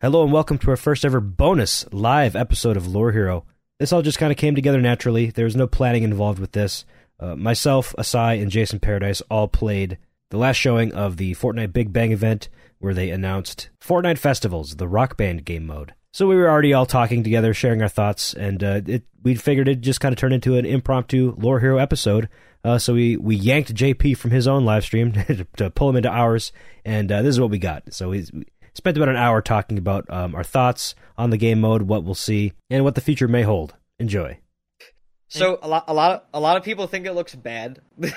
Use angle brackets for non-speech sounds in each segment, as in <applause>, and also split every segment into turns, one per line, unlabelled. Hello and welcome to our first ever bonus live episode of Lore Hero. This all just kind of came together naturally. There was no planning involved with this. Uh, myself, Asai, and Jason Paradise all played the last showing of the Fortnite Big Bang event where they announced Fortnite Festivals, the rock band game mode. So we were already all talking together, sharing our thoughts, and uh, it, we figured it just kind of turned into an impromptu Lore Hero episode. Uh, so we, we yanked JP from his own live stream <laughs> to, to pull him into ours, and uh, this is what we got. So we we spent about an hour talking about um, our thoughts on the game mode, what we'll see, and what the future may hold. Enjoy.
So a lot, a lot, of, a lot of people think it looks bad. <laughs>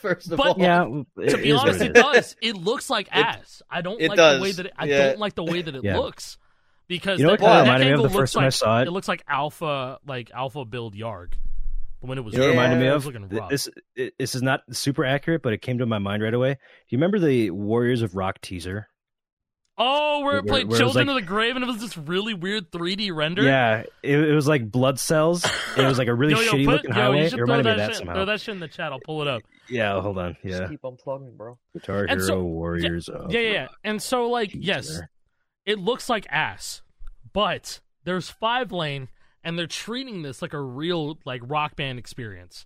first of
But-
all,
Yeah,
it
to be
is what
honest,
it
it does. It looks like ass. I don't
it
like
does.
the way that it, I
Yeah.
don't like the way that it
Yeah.
looks because
You know
that,
what kinda
that
reminded
me of
angle
the first
looks
time I
like-
saw it?
looks like alpha, like alpha build Yarg when it was.
You know what it
Yeah.
reminded me
it
of?
was looking rough.
This it- this is not super accurate, but it came to my mind right away. Do you remember the Warriors of Rock teaser?
oh, where
where-
it played
where it was
Children
like-
of the Grave and it was this really weird 3D render.
Yeah, it, it was like blood cells. and it was like a really
<laughs> yo, yo,
shitty
put it-
looking
yo,
highway.
You
It
should
reminded me
throw
of
that
that
shit,
somehow.
throw that shit in the chat. I'll pull it up.
Yeah, hold on.
just
Yeah,
keep unplugging, bro.
Guitar
And so-
Hero Warriors. of
yeah, yeah, yeah. And so, like,
Rock
yes,
teaser.
it looks like ass, but there's five lane, and they're treating this like a real like rock band experience.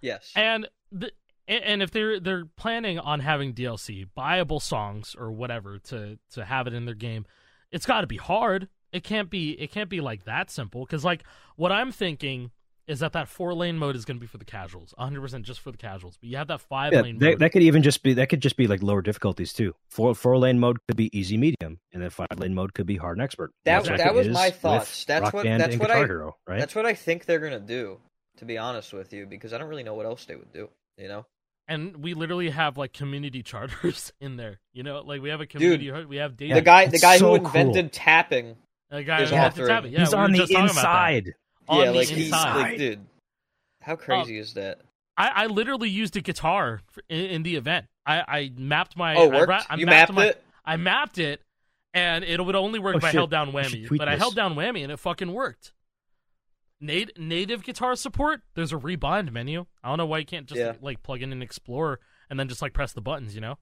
Yes,
And the, and- and if they're they're planning on having DLC, buyable songs or whatever to to have it in their game, it's got to be hard. It can't be it can't be like that simple cuz like what I'm thinking is that that four lane mode is going to be for the casuals, 100% just for the casuals. But you have that five
Yeah,
lane
that,
mode.
that could even just be that could just be like lower difficulties too. Four four lane mode could be easy medium, and then five lane mode could be hard and expert.
That-
That's what
that
it
was
is
my
with
thoughts. That's
Rock
what-
Band
that's
and
what
Guitar
I-
Hero, right?
that's what I think they're gonna do. To be honest with you, because I don't really know what else they would do. You know,
and we literally have like community <laughs> charters in there. You know, like we have a community we have data.
the guy, the
it's
guy
so
who
cool.
invented tapping.
the guy
is
who
all
had to
three.
tap it. Yeah,
He's
we were
on the
just talking about that.
inside.
On
yeah,
the
like he's
inside. Oh.
like, dude, how crazy is that?
I, I literally used a guitar for, in, in the event. I, I mapped my.
oh, it
I,
worked.
ra- I
you mapped
my,
it.
I mapped it, and it would only work
Oh,
if I
shit.
held down
You should
whammy.
tweet
But I
this.
held down whammy, and it fucking worked. Nat- native guitar support. There's a rebind menu. I don't know why you can't just
Yeah.
like plug in an Explorer and then just like press the buttons. You know,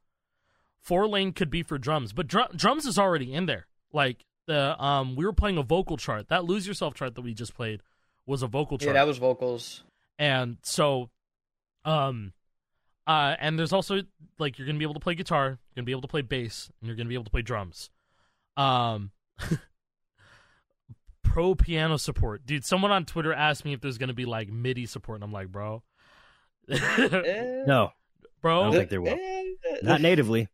four lane could be for drums, but dru- drums is already in there. Like the um, we were playing a vocal chart. That lose yourself chart that we just played was a vocal chart
Yeah, that was vocals.
and so um uh and there's also like you're gonna be able to play guitar you're gonna be able to play bass and you're gonna be able to play drums um <laughs> pro piano support dude someone on twitter asked me if there's gonna be like midi support and i'm like bro <laughs>
Eh,
No, I
bro
don't think there will.
eh,
Not
<laughs>
natively.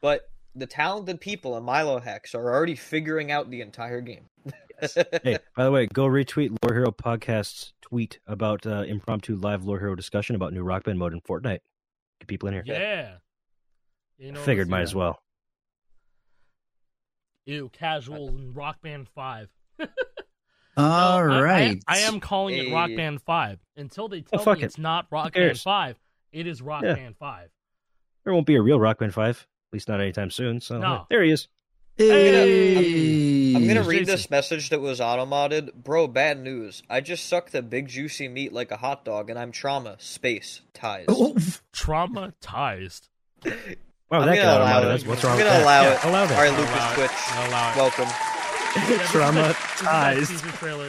But the talented people in Milo Hex are already figuring out the entire game.
Hey, by the way, go retweet Lore Hero Podcast's tweet about uh, impromptu live Lore Hero discussion about new Rock Band mode in Fortnite. Get people in here.
yeah you what
Figured
else
might
you
as
got?
well.
ew casual and rock band 5
All
No, I- I-
right.
I, am calling it Rock
Hey.
Band 5. Until they
Oh,
tell
fuck
me
it.
it's not Rock Band
cares?
5, it is Rock
Yeah.
Band 5.
There won't be a real Rock Band Five, at least not anytime soon. So
No.
there he is.
I'm gonna
Jason.
read this message that was automodded. Bro, bad news. I just sucked the big juicy meat like a hot dog and I'm trauma, space, ties.
Oh,
Traumatized.
Wow,
I'm
that
gonna
got
allow
out
it.
of That's What's wrong
I'm
with
gonna
that?
allow
Yeah,
it.
Allow that.
All right, Lucas
Allow it.
Twitch,
Allow it.
welcome.
Yeah,
<laughs>
this is that- This is that
Traumatized.
teaser trailer.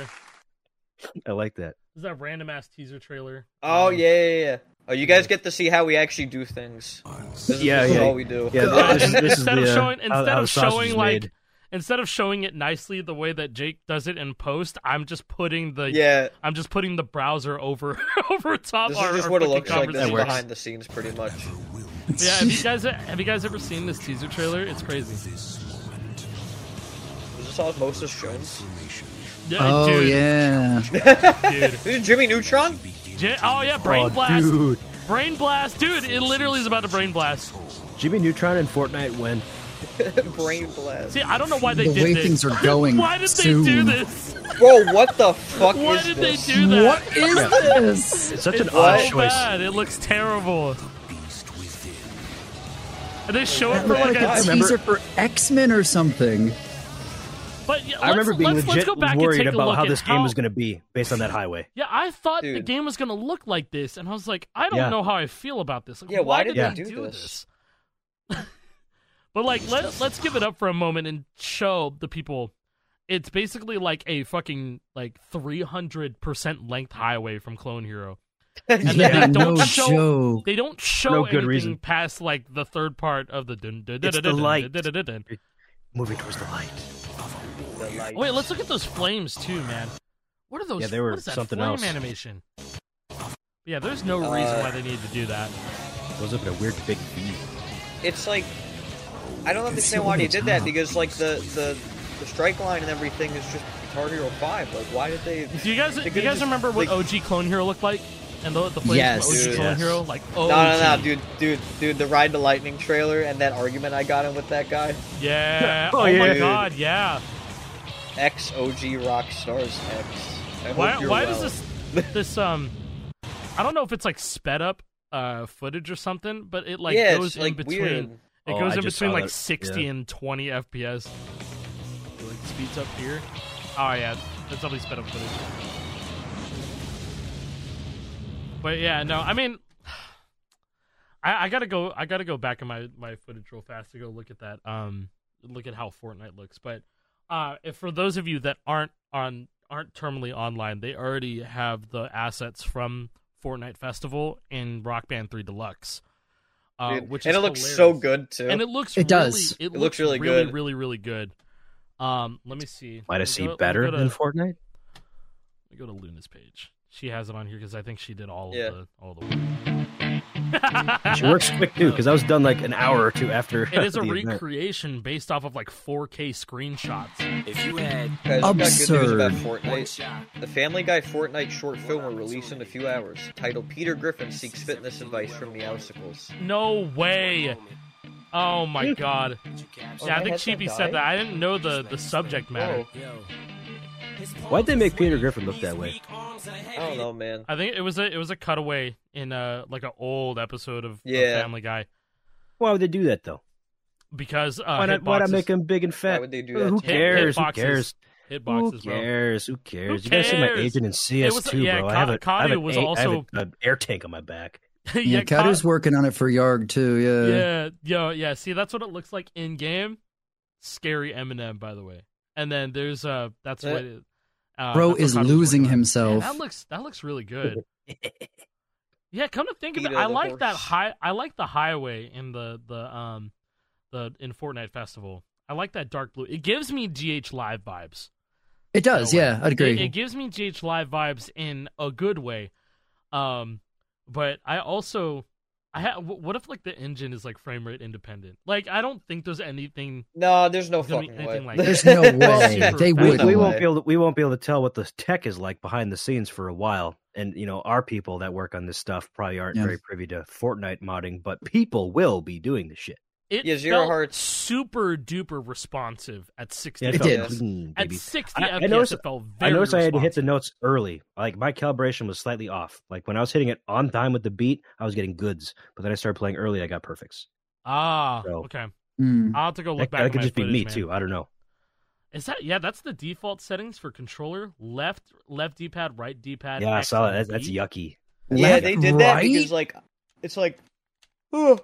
This
I like that.
is that random ass teaser trailer.
Oh
Um,
yeah, yeah, yeah. Oh, you guys get to see how we actually do things. This is,
Yeah,
this is
yeah.
all we do.
Yeah,
Uh, <laughs>
this is-
in-
this is
instead
the,
of
uh,
showing,
how-
instead
how
of
the sausage
showing
is
like,
made.
instead of showing it nicely the way that Jake does it in post, I'm just putting the,
yeah.
I'm just putting the browser over, <laughs> over top
This
our,
is just
our
what it
fucking
looks like. This is
conversation.
behind the scenes, pretty much.
Yeah, have you guys have you guys ever seen this teaser trailer? It's crazy.
Is this Osmosis Jones?
Yeah,
oh
dude,
yeah.
dude.
This is Jimmy Neutron.
J- oh yeah, brain blast, brain blast, dude. It literally is about to brain blast.
Jimmy Neutron and Fortnite win.
Brain blast.
See, I don't know why they
The
did
way
this.
things are going
why did
soon.
they do this?
Bro, what the fuck
Why
is
did they
this?
do that?
What is this?
It's such an
It's
odd
so
choice.
bad. It looks terrible. And they show it for
that
like
guy-
a.
I
It's
remember-
teaser for X Men or something.
But yeah, let's,
I remember being
let's,
legit
let's go back and
worried
take a
about
look
how
at
this game was going to be based on that highway.
Yeah, I thought the
Dude.
game was gonna look like this, and I was like, I don't
Yeah.
know how I feel about this. Like,
Yeah,
why,
why
did
did
they
they do
do
this?
this? But like, let let's give it up for a moment and show the people. It's basically like a fucking like three hundred percent length highway from Clone Hero.
<laughs>
And then
yeah,
they don't
no
show-
joke.
They don't show
No good
anything
reason.
past like the third part of the. Dun, dun, dun,
It's
dun,
the
dun,
light.
dun, dun, dun, dun.
Moving towards the light.
Wait, let's look at those flames too, man. What are those?
Yeah, they were
what is that
something
flame
else.
animation? Yeah, there's no
Uh,
reason why they need to do that.
Goes up in a weird big V.
It's like I don't understand why they did that because like the the the strike line and everything is just Guitar Hero Five. Like why did
<laughs>
they?
Do you guys do
They
you
could've
guys
just-
remember what
they-
OG Clone Hero looked like? And the, the flames
Yes.
from OG
Dude,
Clone
yes.
Hero, like
No,
oh
no, no, dude, dude, dude. The Ride the Lightning trailer and that argument I got in with that guy.
<laughs> yeah, oh,
Oh,
my
yeah.
god, yeah.
X OG rock stars X. I hope
Why
you're
why
well.
does this
<laughs>
this um, I don't know if it's like sped up uh footage or something, but it like
yeah, it's,
goes
like
in between.
weird.
It
Oh,
goes
I
in
just
between
saw
like
that.
60
Yeah.
and 20 FPS. It like speeds up here. Oh yeah, that's definitely sped up footage. But yeah, no, I mean, <sighs> I, I gotta go. I gotta go back in my my footage real fast to go look at that. Um, look at how Fortnite looks. But uh, if for those of you that aren't on aren't terminally online, they already have the assets from Fortnite Festival in Rock Band Three Deluxe. Uh,
Dude,
which
and
is
it looks
hilarious
so good too.
and it looks
It does.
really, it,
It looks really
really
good.
really really good um let me see
Might
Let me
have seen
go-
better
let me,
than
go to, <laughs>
Fortnite.
let me go to luna's page she has it on here because i think she did all
Yeah.
of the all
<laughs>
the work
She works quick too, because I was done like an hour or two after. <laughs>
it is a
the event.
recreation based off of like 4k screenshots
If you had
Guys, I've got good news about
Absurd.
one
Fortnite.
shot,
The Family Guy Fortnite short film will release in a few hours, titled "Peter Griffin Seeks Fitness Advice from the Icicles."
no way oh my god
did you capture?
yeah i
my
think
headset
chibi said
died?
that i didn't know the the subject matter
Oh,
Yo.
Why'd they make Peter Griffin look that way?
I don't know, man.
i think it was a it was a cutaway in a like an old episode of, of
Yeah.
family guy
Why would they do that though?
because uh
why not? Why not
hitboxes-
make him big and fat?
Why would they do
Who
that?
Hit-
cares? Who
hitboxes.
cares? Who
hitboxes <laughs> bro
cares? Who cares?
Who
You gotta see my
cares?
agent in
It
CS2,
was-
bro.
yeah,
I have a,
Ka-
I have
Kadu
an
was
a- I have
also-
a- an air tank on my back.
Yeah,
Ka-
Kadu's working on it for Yarg too. Yeah.
Yeah, yo, yeah. See, that's what it looks like in game. Scary Eminem, by the way. And then there's uh, that's
Yeah.
what. Uh,
Bro
that's what
is
Kadu's
losing
working on.
himself.
Yeah, that looks that looks really good. yeah, come to think of it,
Beat of
I
the
like that
horse.
high. I like the highway in the the um the in Fortnite Festival. I like that dark blue. It gives me GH Live vibes.
It does.
No way.
yeah, I'd
It, it
agree.
gives me GH Live vibes in a good way. Um, but I also, I ha- wh- what if like the engine is like frame rate independent? Like I don't think there's anything.
No, there's no
There's gonna be
fucking way.
anything like that.
There's no way
Super
they
fast.
would.
we, we
no
won't
way.
be able to, we won't be able to tell what the tech is like behind the scenes for a while and you know our people that work on this stuff probably aren't
Yeah.
very privy to fortnite modding but people will be doing the shit
It
Yeah, Zero
felt
Hearts-
super duper responsive at sixty.
it
FPS.
did.
clean,
At
baby.
sixty
I- I
FPS,
noticed-
it felt
i
very.
noticed i had to hit the
responsive.
notes early like my calibration was slightly off like when i was hitting it on time with the beat i was getting goods but then i started playing early i got perfects
Ah,
So-
okay.
Mm.
I'll have to go
that,
look back.
that
at
could
my
just be
footage,
me
man.
too i don't know
Is that yeah? That's the default settings for controller: left, left D pad, right D pad.
yeah i
X
saw
and
that that's, that's
B.
yucky
Yeah, they did that
Right?
because like it's like. Oh,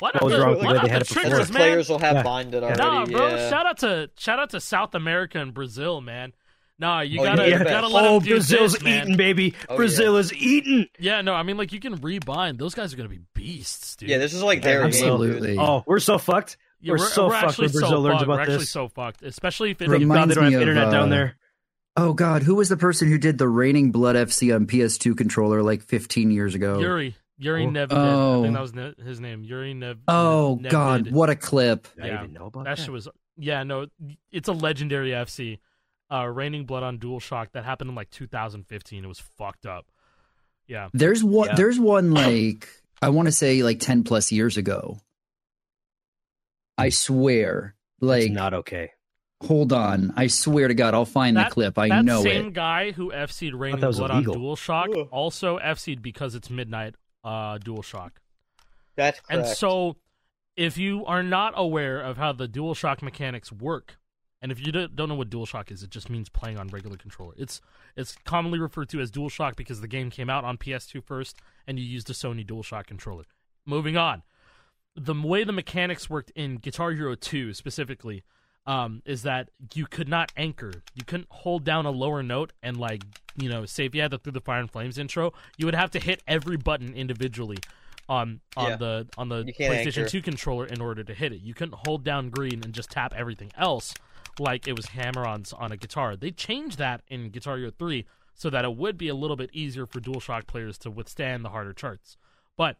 What
That was
the,
wrong with the
what
way
up
they had
the
it before.
triggers,
because
man?
players will have
Yeah. Yeah.
binded already.
Nah, bro.
yeah.
Shout out to shout out to South America and Brazil, man. Nah, you
Oh,
gotta
yeah.
you gotta
Yeah.
let
oh
them do
brazil's
this, man.
eating baby
Oh, yeah.
brazil is eating
Yeah, no, I mean like you can rebind. Those guys are gonna be beasts, dude.
Yeah, this is like their game,
Absolutely.
dude.
oh we're so fucked
Yeah,
we're so fucked
actually
when Brazil
so
learns
fucked.
about
we're actually
this.
so fucked, especially if it.
Thank God they
Reminds
don't
me
have
of,
internet down
uh,
there.
Oh God, who was the person who did the reigning Blood FC on PS2 controller like 15 years ago?
Yuri Yuri
Oh.
Nevid. I think that was ne- his name. Yuri Nev.
oh
Nevid.
God, what a clip!
I didn't
yeah.
even know about
That
that.
shit was yeah no. It's a legendary FC. Uh, raining blood on DualShock that happened in like 2015. It was fucked up. Yeah.
There's one.
Yeah.
There's one like I want to say like 10 plus years ago. I swear,
It's
like
not okay.
hold on, I swear to God, I'll find the clip. I
that
know
same
it.
guy who FC'd Raining
that was
Blood
illegal.
on DualShock
Ugh.
also FC'd because it's midnight uh DualShock.
That's correct.
And so if you are not aware of how the DualShock mechanics work, and if you don't don't know what DualShock is, it just means playing on regular controller. It's it's commonly referred to as DualShock because the game came out on PS2 first and you used a Sony DualShock controller. Moving on. the way the mechanics worked in Guitar Hero 2 specifically um, is that you could not anchor. You couldn't hold down a lower note and like you know say if you had the Through the Fire and Flames intro, you would have to hit every button individually on on
Yeah.
the on the
You can't
PlayStation
anchor.
2 controller in order to hit it. You couldn't hold down green and just tap everything else like it was hammer-ons on a guitar. They changed that in Guitar Hero 3 so that it would be a little bit easier for DualShock players to withstand the harder charts. But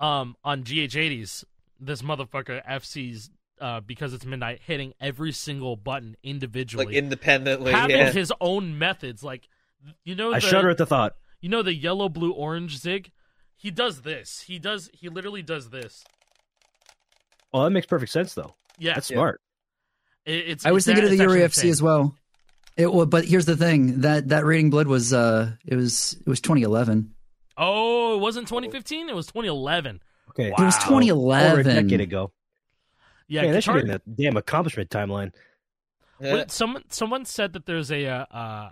um, on GH80s, this motherfucker FC's uh, because it's midnight hitting every single button individually,
like independently.
having
yeah.
his own methods. Like you know,
I
the,
shudder at the thought.
you know the yellow, blue, orange zig. He does this. He does. He literally does this.
Well, that makes perfect sense though.
Yeah,
That's
Yeah.
smart.
it, it's.
I was
it's
thinking of
that-
the
it's
Uri
actually
FC as well. It wa- but here's the thing that that Rating Blood was uh it was it was 2011.
insane. Oh, it wasn't 2015. It was 2011.
Okay,
It was
Wow.
over a
2011.
decade ago.
Yeah,
Yeah, that should
Guitar-
be in the damn accomplishment timeline.
Yeah.
What, someone someone said that there's a uh, uh,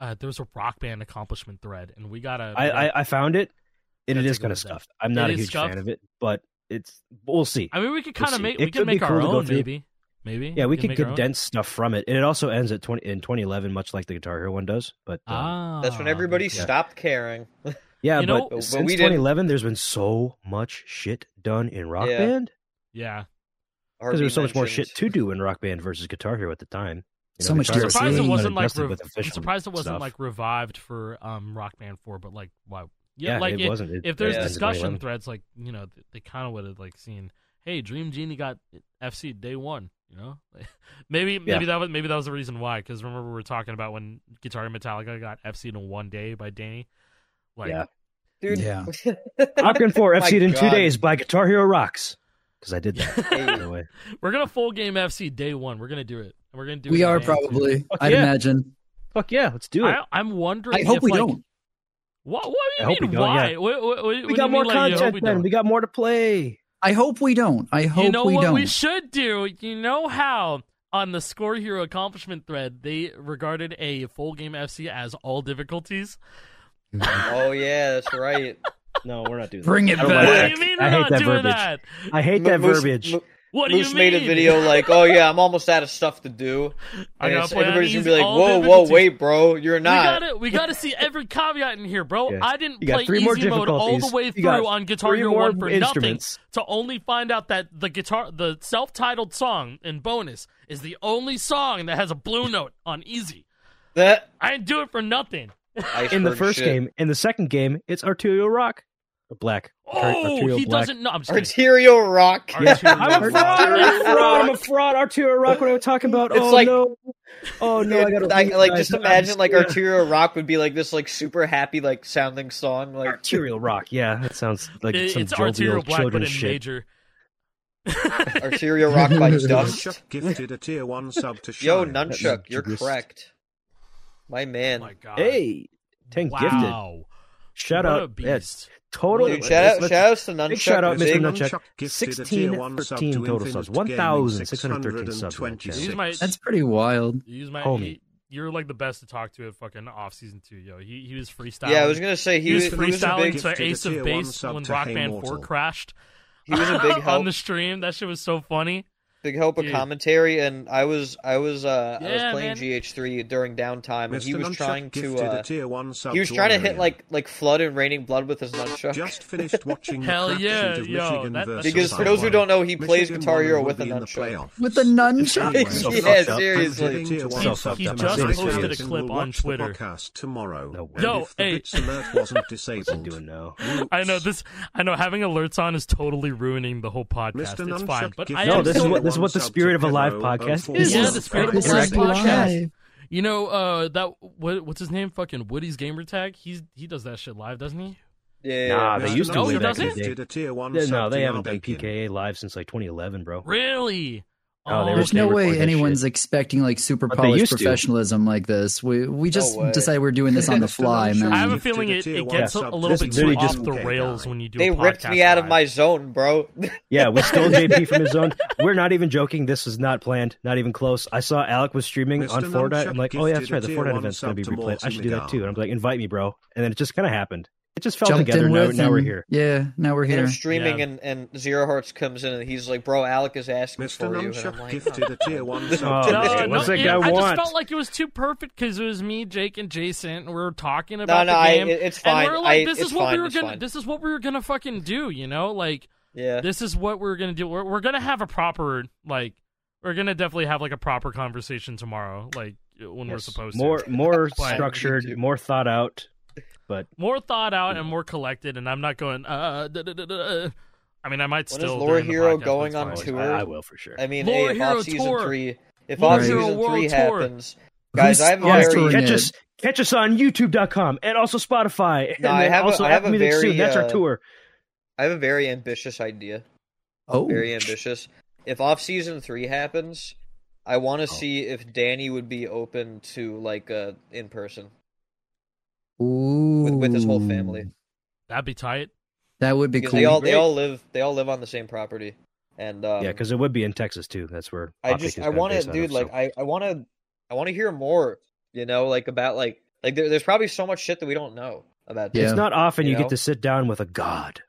uh, there was a rock band accomplishment thread, and we gotta.
I, I, I found it, and it
That's
is
a
kind
good one,
of
though.
scuffed. I'm not
It
a
is
huge
scuffed.
fan of it, but it's we'll see.
I mean, we could
We'll
kind of
see.
make
It
we can
could be
make our
cool to go
own
through.
maybe maybe
yeah, we could
can make our
get
own.
dense stuff from it, and it also ends at 20 in 2011, much like the Guitar Hero one does. But um,
Ah,
That's when everybody
yeah.
stopped caring.
yeah,
You know-
but
But- but
since
we didn't-
2011, there's been so much shit done in Rock
Yeah.
Band
Yeah,
because
Harvey
there was so much more
mentioned-
shit to do in Rock Band versus Guitar Hero at the time. You
So much
Guitar Hero
DLC.
was
surprised it
really
wasn't like
dusted
rev-
with
I'm
official
surprised it wasn't
stuff.
like revived for um Rock Band Four, but like wow, yeah,
yeah,
like
it,
if,
wasn't. It-
if
it
there's
ended in
discussion
2011.
threads, like you know, th- they kind of would have like seen, hey, Dream Genie got FC day one, you know, <laughs> maybe maybe that was maybe that was the reason why, because remember we were talking about when Guitar Hero Metallica got FC in one day by Danny, like <laughs>
Yeah.
Dude. <laughs>
Yeah.
Rock Band Four
My
FC in two
God.
days by Guitar Hero Rocks because I did that. by the
<laughs>
way.
we're gonna full game FC day one, we're gonna do it, and we're gonna do it
We
in
are
Japan, too. <laughs>
probably.
Fuck
I'd
yeah.
imagine.
Fuck yeah, let's do it.
I, am wondering.
I hope
if,
we
like,
don't.
What, what do
I
you
hope we
mean?
don't,
Why?
yeah.
What- what- what- what
we
do
got
you
more
mean, like, you hope
content
we
then.
don't?
We got more to
<laughs>
play.
I hope we don't. I hope
you know
we
what
don't.
we should do? You know how on the Score Hero accomplishment thread they regarded a full game FC as all difficulties.
Oh yeah, that's right.
No, we're not doing that.
Bring it
I don't
What
like
do
back.
you mean
I
we're
hate
not
that
doing
verbiage.
that?
I hate that
Moose-
verbiage.
Mo-
What do
Moose
you mean?
made a video like, "Oh yeah, I'm almost out of stuff to do,"
I
and
gotta
it's-
play on
everybody's gonna be
these
like,
all
"Whoa, whoa,
difficulties."
wait, bro, you're
We
not."
gotta, we gotta see every caveat in here, bro.
Yeah.
I didn't
You got
play
three
easy
more
mode all the
difficulties.
way
You got
through on Guitar
three
Hero
more
One for nothing
instruments.
to only find out that the guitar, the self-titled song in bonus is the only song that has a blue note on easy.
That
I didn't do it for nothing.
In the
iceberg
first
shit.
game, in the second game, it's Arterial Rock. Or Black. Arter-
Oh,
Arterial
he
Black.
doesn't <laughs> know. I'm just kidding.
arterial rock.
Oh,
Arterial
I'm a fraud! I'm a fraud! I'm a fraud! Arterial Rock, what am I talking about?
It's
oh,
like-
no. Oh, no, I gotta.
<laughs> I, like
guys,
just
I'm
imagine like
scared.
arterial rock would be like this like super happy like sounding song like
Arterial Rock, yeah, that sounds like
It-
some
it's
jovial
arterial black, but in
children's shit.
major.
arterial rock
<laughs>
by dust.
Nunchuck gifted a tier one sub to
Yo,
Shine.
nunchuck, you're
Juiced.
correct. My
Oh
man.
my god!
Hey, 10 gifted.
wow.
Shout
what
out.
A
That's
beast.
total.
Dude,
let's-
shout out,
let's-
shout outs to nunchuck.
big shout out, Mr.
Zig.
Nunchuck.
gifted a
16,
tier one sub
13
to
total
Infinite
subs. 1,613
Gaming
subs on the channel.
Use my,
That's pretty wild.
use my.
Homie.
you- You're like the best to talk to at fucking off season two, yo. He he was freestyling.
Yeah, I was gonna say he
he,
was,
was
he was a
freestyling
big
Gifted
to
a
Ace
tier
of
one
Base
sub
when
to
Rock
Hey
Band
Mortal.
Four crashed.
he was a big
<laughs> on
help.
the stream. That shit was so funny.
big help of
Dude.
commentary and i was i was uh i was
Yeah,
playing
man.
gh3 during downtime and he
Mr.
was
Nunchuck
trying to
gifted
uh
a tier one sub
he was trying to hit
Orion.
like like flood and raining blood with his nunchuck
Just finished watching the
Hell
crap
yeah,
sheet of
yo,
Michigan
that-
versus
because for
Taiwan.
those who don't know he
Michigan
plays guitar
won and
hero
will
with a
be in the
nunchuck
playoffs.
With the nunchuck.
So
yeah
fucked up.
Hitting
seriously
tier
He-
one
he
sub
just
to
posted
Michigan
a
and
clip
will
on
watch the
Twitter.
podcast tomorrow.
No
And
way.
if the
Yo,
bits alert wasn't
<laughs>
disabled,
doing now.
I know this. I know having alerts on is totally ruining the whole podcast.
Mr.
It's
Nunchuck
fine, but
gifted
I
a
No,
am
this is
still-
what- this is what the
tier one
spirit
sub
of a
to
live
Pedro
podcast
Alfonso.
This
Yeah,
is
the spirit of a
fucking
live podcast.
live.
You know, uh, that what, what's his name? Fucking Woody's gamer tag. He's he does that shit live, doesn't he?
yeah
Nah, they
Mr.
used to
No,
way
he
back in the
doesn't?
day.
Gifted a tier one
Yeah, no,
sub
they
to
haven't done
Nalbeckin.
PKA live since like 2011, bro.
Really?
Oh, they were-
There's no
record
way
that
anyone's
shit.
expecting like super
But they
polished
used to.
professionalism like this. We we just
way.
decided we're doing this on
<laughs>
the
Mr.
fly,
Nunchuck
man.
I have a
Gifted
feeling
a
it,
tier
it
one
gets a,
sub
a little
This
bit
literally
too off
just-
the
Okay,
rails
guy.
when you do.
they
a
ripped
podcast
me out of
live.
my zone bro <laughs>
Yeah,
<laughs>
we're still JP from his zone. We're not even joking. This is not planned, not even close. I saw Alec was streaming
Mr.
on Fortnite.
Nunchuck
I'm like, oh yeah, that's
gifted
right. The
a tier
Fortnite
one
event's gonna
sub
be
to
replayed. I
Morty
should do that
McGowan.
too. And I'm like, invite me, bro. And then it just kind of happened. It just fell
jumped
together.
in
Now,
with.
now we're
and-
here.
Yeah, now we're
And
here.
I'm streaming,
Yeah.
and, and Zero Hearts comes in, and he's like, "Bro, Alec is asking
Mr.
for you." And I'm
Nunchuck
like, <laughs>
gifted a tier 1
Oh,
sub
no,
to
no,
Mr.
what's that
it-
guy
I just
want?
felt like it was too perfect because it was me, Jake, and Jason, and we were talking
no,
about
no,
the
I,
game.
it- it's
and
fine.
we were like,
I,
"This
it's
is what
fine,
we were
it's
gonna,
fine.
this is what we were gonna fucking do," you know, like
yeah.
this is what we're gonna do. We're, we're gonna have a proper like we're gonna definitely have like a proper conversation tomorrow, like when we're
Yes.
supposed
More,
to.
more
<laughs> But-
structured, more thought out.
More thought out and more collected, and I'm not going. Uh, da, da, da, da, uh. I mean, I might
When is
still.
Lore
during the
Hero
podcast,
going
that's
Always.
on
fine.
tour?
I, I will for sure.
I mean,
Lore
hey, if
Hero
off season
Tour.
three, if
Lore
off
Hero
season
World
three
Tour.
happens, guys,
Who's
I'm
Yeah,
very.
sponsoring
catch
it?
us, catch us on YouTube.com and also Spotify. And
No, I
then
have a-
also
I have
Apple
a
Music
very,
soon. That's
uh,
our tour.
I have a very ambitious idea.
Oh,
Very ambitious. If off season three happens, I
Oh.
want to see if Danny would be open to like uh, in person.
Ooh.
with- with his whole family.
That'd be tight.
That would be
Because
cool.
they all they
Great.
all live they all live on the same property, and um,
yeah, because it would be in Texas too. That's where
I
Optic
just
is
I
kinda
want
based
to
out
dude
of,
like
so.
I I want to I want to hear more. You know, like about like like there, there's probably so much shit that we don't know about.
Yeah.
This.
it's not often
you
you,
know?
get to sit down with a god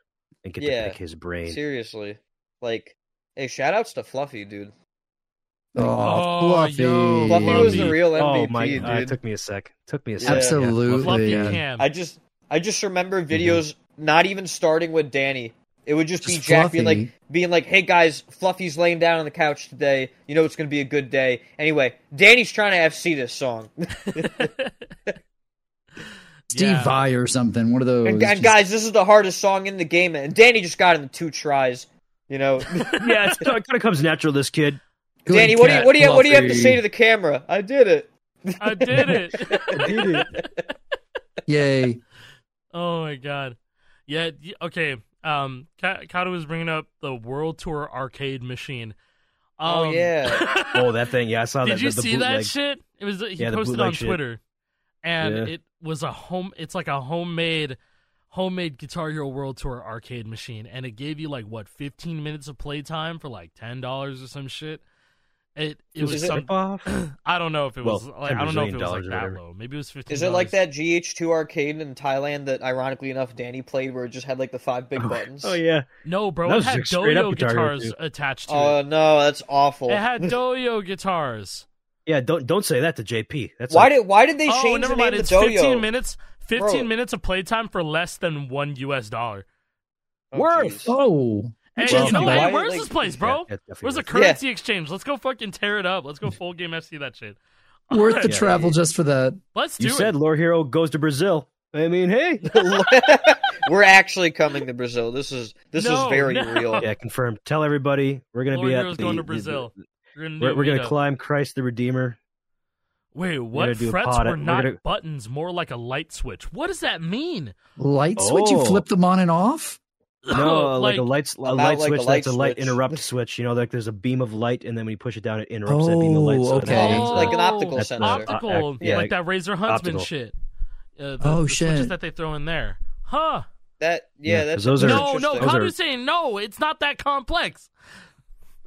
and get
Yeah.
to pick his brain.
Seriously, like hey, shout outs to Fluffy, dude.
oh,
Oh,
Fluffy.
yo,
Fluffy was the
Fluffy.
real MVP,
Oh my!
dude.
Uh, it took me a sec. Took me a sec.
Absolutely.
Fluffy
yeah.
Cam.
I just I just remember videos not even starting with Danny. It would just, be
Just
Jack being
Fluffy.
like being like, "Hey guys, Fluffy's laying down on the couch today. You know it's gonna be a good day." Anyway, Danny's trying to FC this song.
Steve
Yeah.
Vai or something. One of those.
And, and
just-
guys, this is the hardest song in the game, and Danny just got in the two tries. You
<laughs>
know,
<laughs> yeah, it's, it kind of comes natural. This kid.
Good
Danny, what do you
cat,
what do you what do you have to
Fluffy.
say to the camera? I did it.
I did it.
<laughs>
Yay.
Oh my god. Yeah. y- Okay. Um, Ka- Kato was bringing up the World Tour arcade machine.
Oh,
Um, <laughs>
yeah.
Oh, that thing. Yeah, I saw
Did
that.
you
the, the
see that
bootleg.
shit? It was he
Yeah, the
posted
bootleg
on
shit.
Twitter, and
Yeah.
it was a home. It's like a homemade, homemade Guitar Hero World Tour arcade machine, and it gave you like what fifteen minutes of playtime for like ten dollars or some shit. It it was,
<laughs>
it-
some.
Oh,
<clears throat> I don't know if it
Well,
was like I don't know if it was like
$10 or
that
whatever.
low. Maybe it was fifteen.
Is it like that GH2 arcade in Thailand that, ironically enough, Danny played, where it just had like the five
<laughs>
big buttons?
Oh yeah.
No, bro.
That
It
was
had
just straight up
doyo
Guitar Hero
guitars
too.
attached to it.
Oh no, that's awful. <laughs>
It had doyo guitars.
Yeah. Don't don't say that to JP. That's
why
a-
did why did they
oh,
change
never
the name
mind.
of
It's
the doyo?
fifteen minutes. Fifteen
Bro.
minutes of playtime for less than one U.S. dollar.
Oh,
Worth.
jeez.
Oh.
Hey,
Well,
you know,
why-
hey, where's
like-
this place,
Yeah,
bro?
that's definitely
Where's the
worth
currency exchange? Let's go fucking tear it up. Let's go full game FC
<laughs>
that shit.
Worth the
Yeah.
travel just for that.
Let's do
You
it.
said Lore Hero goes to Brazil. I mean, hey.
<laughs> We're actually coming to Brazil. This is this
No,
is very
no.
real.
<laughs> yeah, confirmed. Tell everybody we're gonna
Lord
be at
Hero's
the-
going to
the-
Brazil.
We're, we're
meet
gonna
up.
climb Christ the Redeemer.
Wait,
gonna
what?
do a
Frets
pod-
were
we're
not
gonna-
buttons, more like a light switch. What does that mean?
Light switch? You
Oh.
flip them on and off?
No, Oh, like,
like,
a light, a
About
light
like a
switch.
light
that's a light
switch.
interrupt switch. You know, like there's a beam of light, and then when you push it down, it interrupts that beam of
Oh,
light. so it
okay.
happens.
Oh, like an optical
That's
sensor.
the-
Optical,
yeah,
like that Razor Huntsman
optical.
shit. Uh, the,
Oh,
the switches
shit.
that they throw in there, huh?
That yeah,
Yeah,
that's
'cause those are-
no, no,
interesting.
Those
Kadu's
are-
saying no. It's not that complex.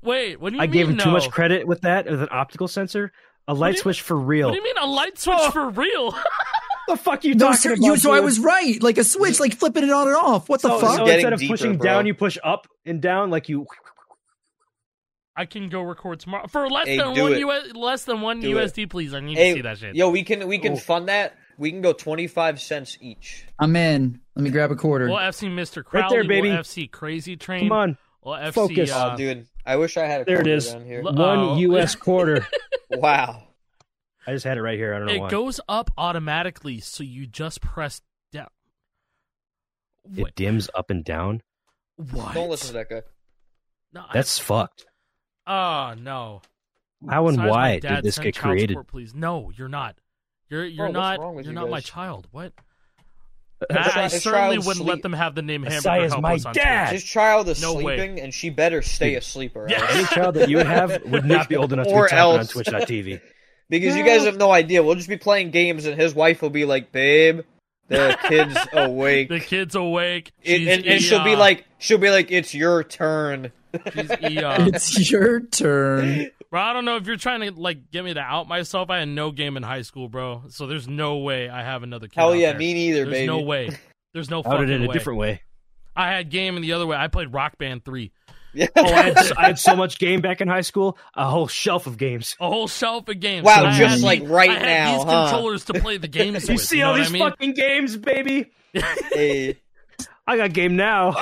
Wait, what do you
I
mean?
gave him
no?
too much credit with that with an optical sensor. A
do
light
you-
switch for
What
real.
do you mean a light switch
Oh.
for real? <laughs>
the fuck you
No,
talking
sir,
about?
you, so I
dude?
was right. Like a switch, like flipping it on and off. What the
So,
fuck?
so
Getting
instead of
deeper,
pushing
bro.
down, you push up and down, like you.
I can go record tomorrow for less
Hey,
than
do
one
it.
US, less than one
Do it.
USD, please. I need to see that shit.
Yo, we can we can fund that. We can go twenty five cents each.
I'm in. Let me grab a quarter.
We'll FC Mr. Crowley.
Right there, baby.
We'll FC Crazy Train.
Come on,
We'll FC.
Focus.
Uh,
oh, dude, I wish I had a
there it
quarter
is.
down here.
Look-
one <laughs>
Uh-oh.
U.S. quarter.
Wow.
I just had it right here. I don't know
it
why.
goes up automatically, so you just press down.
it dims up and down.
What?
Don't listen to that guy.
No, I-
That's fucked.
oh no.
How and
Besides, my
why
dad
did this
sent
get
child
created?
Support, please, no, you're not. You're you're
what's
not.
wrong with
You're
you
not my
guys?
child. What?
It's
I, I
not- it's
certainly
child
wouldn't let
sleep.
them have the name
Messiah
Hamburger
is
Help
my
us on
dad.
Twitch.
This child is
No way.
sleeping, and she better stay asleep. Or
Yeah.
<laughs>
else.
Any child that you would have would not be old enough to be
Or
talking
else.
on Twitch.tv.
Because you guys have no idea. We'll just be playing games, and his wife will be like, "Babe,
<laughs>
the kid's awake,"
The kid's awake.
It-
She's
and, and she'll be
ER.
like, "She'll be like, it's your turn." <laughs>
She's ER.
<laughs> it's your turn.
Bro, I don't know if you're trying to like get me to out myself. I had no game in high school, bro. So there's no way I have another kid.
Hell
out
yeah,
there.
me neither,
There's
baby.
no way. There's no
Out
fucking
it in a
way.
different
<laughs>
way.
I had game in the other way. I played Rock Band three.
Yeah.
Oh, I had
I had so much game back in high school, a whole shelf of games.
a whole shelf of games.
Wow,
And I
just
had
like
these-
right
I had
now,
these
huh?
controllers to play
<laughs>
the games.
You
with,
see
know
all
what
these
I mean?
fucking games, baby.
Hey,
I got game now.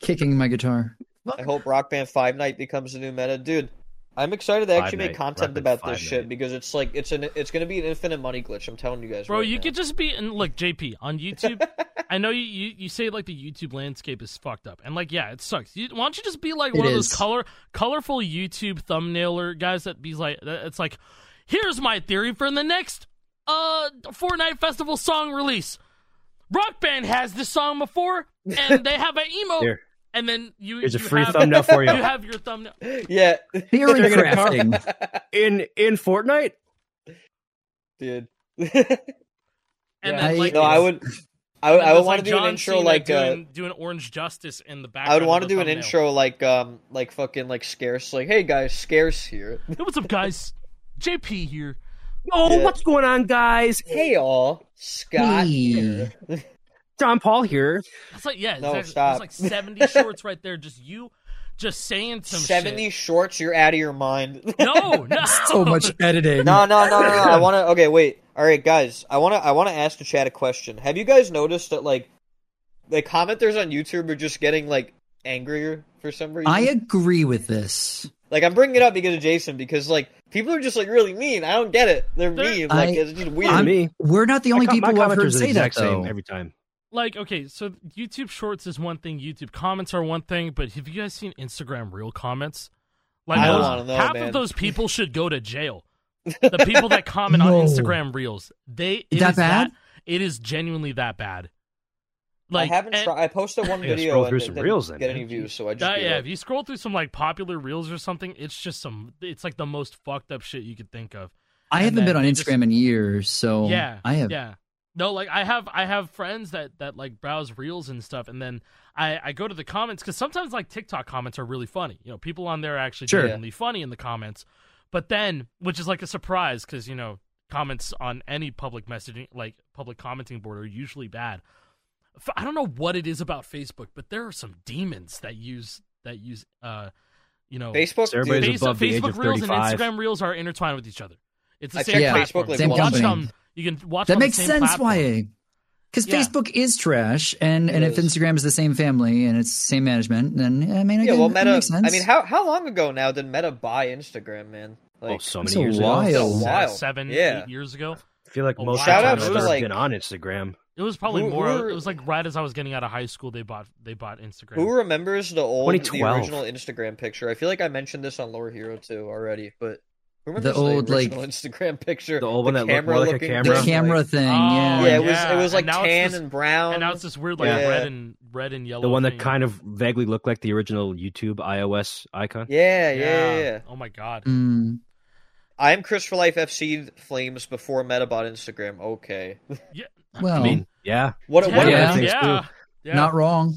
Kicking my guitar.
I hope Rock Band Five Night becomes the new meta, dude. I'm excited to
Five
actually make
Night, Rock
content
Band
about
Five
this shit
Night.
because it's like it's an it's gonna be an infinite money glitch. I'm telling you guys,
Bro,
right
you
now.
could just be and look, JP,
<laughs>
on YouTube. I know you, you you say like the YouTube landscape is fucked up, and like yeah, it sucks. You, why don't you just be like
It
one of those
is.
color colorful YouTube thumbnailer guys that be like, that- it's like, here's my theory for the next uh Fortnite Festival song release. Rock Band has this song before, and they have an emo,
Here.
and then you
Here's a
you
free
have-
thumbnail
<laughs>
for you.
You have your thumbnail.
yeah, <laughs>
Theory
They're gonna car-
crafting.
In in Fortnite,
dude. no,
And
Yeah.
then,
I-
like,
No,
I
it's-
would, I, would-
and
I would want
it's, like,
to do
John
an intro
Cena
like uh,
doing, doing Orange Justice in the background.
I would want to
of
do
the
an
thumbnail.
intro like um like fucking like scarce like hey guys scarce here
Hey, what's up, guys? JP here.
oh,
Yeah.
what's going on, guys?
hey all Scott
Hey.
here."
John Paul here.
It's like yeah,
No,
exactly.
stop.
There's
<laughs>
like 70 shorts right there. Just you, just saying some
seventy
shit.
shorts you're out of your mind
No,
<laughs>
no,
<laughs>
so much editing.
no no no no no I want to okay wait all right guys I want to I want to ask the chat a question have you guys noticed that like the commenters on YouTube are just getting like angrier for some reason
I agree with this.
like I'm bringing it up because of Jason because like people are just like really mean I don't get it they're
They're-
mean
I-
like it's just weird
I'm-
me.
We're not the only
I co-
people
my
who have
commenters are
heard
the
say that
exact
though.
same every time.
<laughs> Like okay, so YouTube Shorts is one thing. YouTube comments are one thing. But have you guys seen Instagram Real comments? Like
I don't
those-
wanna know,
half
man.
of those people should go to
<laughs>
jail. The people that comment
No.
on Instagram Reels, they it
Is that
is
bad?
it is genuinely that bad.
I haven't
and-
tried I posted one
Yeah,
video
scroll
and
through
it
some
didn't
reels then,
get any
man.
views so I just
Uh,
gave
yeah,
up.
if you scroll through some like popular reels or something, it's just some. It's like the most fucked up shit you could think of.
I
And
haven't
then
been on
they just-
Instagram in years, so
yeah,
I have.
Yeah, no, like I have, I have friends that that like browse reels and stuff, and then I I go to the comments because sometimes like TikTok comments are really funny. You know, people on there are actually
Sure.
genuinely funny in the comments, but then which is like a surprise because you know comments on any public messaging like public commenting board are usually bad. F- I don't know what it is about Facebook, but there are some demons that use that use uh you know
Facebook,
So
dude,
everybody's
Face-
above the age
Facebook
of
Reels and
35.
Instagram Reels are intertwined with each other. It's the
I
same
check
platform.
Facebook like
you can
once.
watch
Same
on, you can watch
That
on
makes
the same
sense,
platform.
YA. Because
Yeah.
Facebook is trash, and, and
It
if
is.
Instagram is the same family and it's the same management, then I mean,
yeah,
again,
well,
that
Meta.
makes sense.
I mean, how how long ago now did Meta buy Instagram, man? Like,
oh, so
It's
many
a
years ago.
while.
It's a
Se-
while.
seven,
Yeah.
eight years ago.
I feel like
A
most
while.
of
Shout
the
outs
time
to,
I've
like-
been on Instagram.
It was probably
Who-
more.
who are-
it was like right as I was getting out of high school, they bought they bought Instagram.
who remembers the old, the
2012.
original Instagram picture? I feel like I mentioned this on Lore Hero 2 already, but who remembers the,
old, like-
original <laughs> Instagram picture?
The old one that looked
camera
more like a
looking
the
camera?
thing,
camera
like-
thing,
Oh,
yeah.
yeah, it was
Yeah,
it was like
and now it's
tan
this-
and brown.
and now it's this weird like
um, Yeah.
red and red and yellow.
The one that
thing.
kind of vaguely looked like the original YouTube iOS icon.
yeah, yeah, yeah, yeah.
Oh my god.
Mm.
I'm Chris for Life FC Flames before Meta bought Instagram. Okay,
Well,
I mean, yeah.
what
yeah,
what
are
yeah.
the
things
yeah.
not wrong.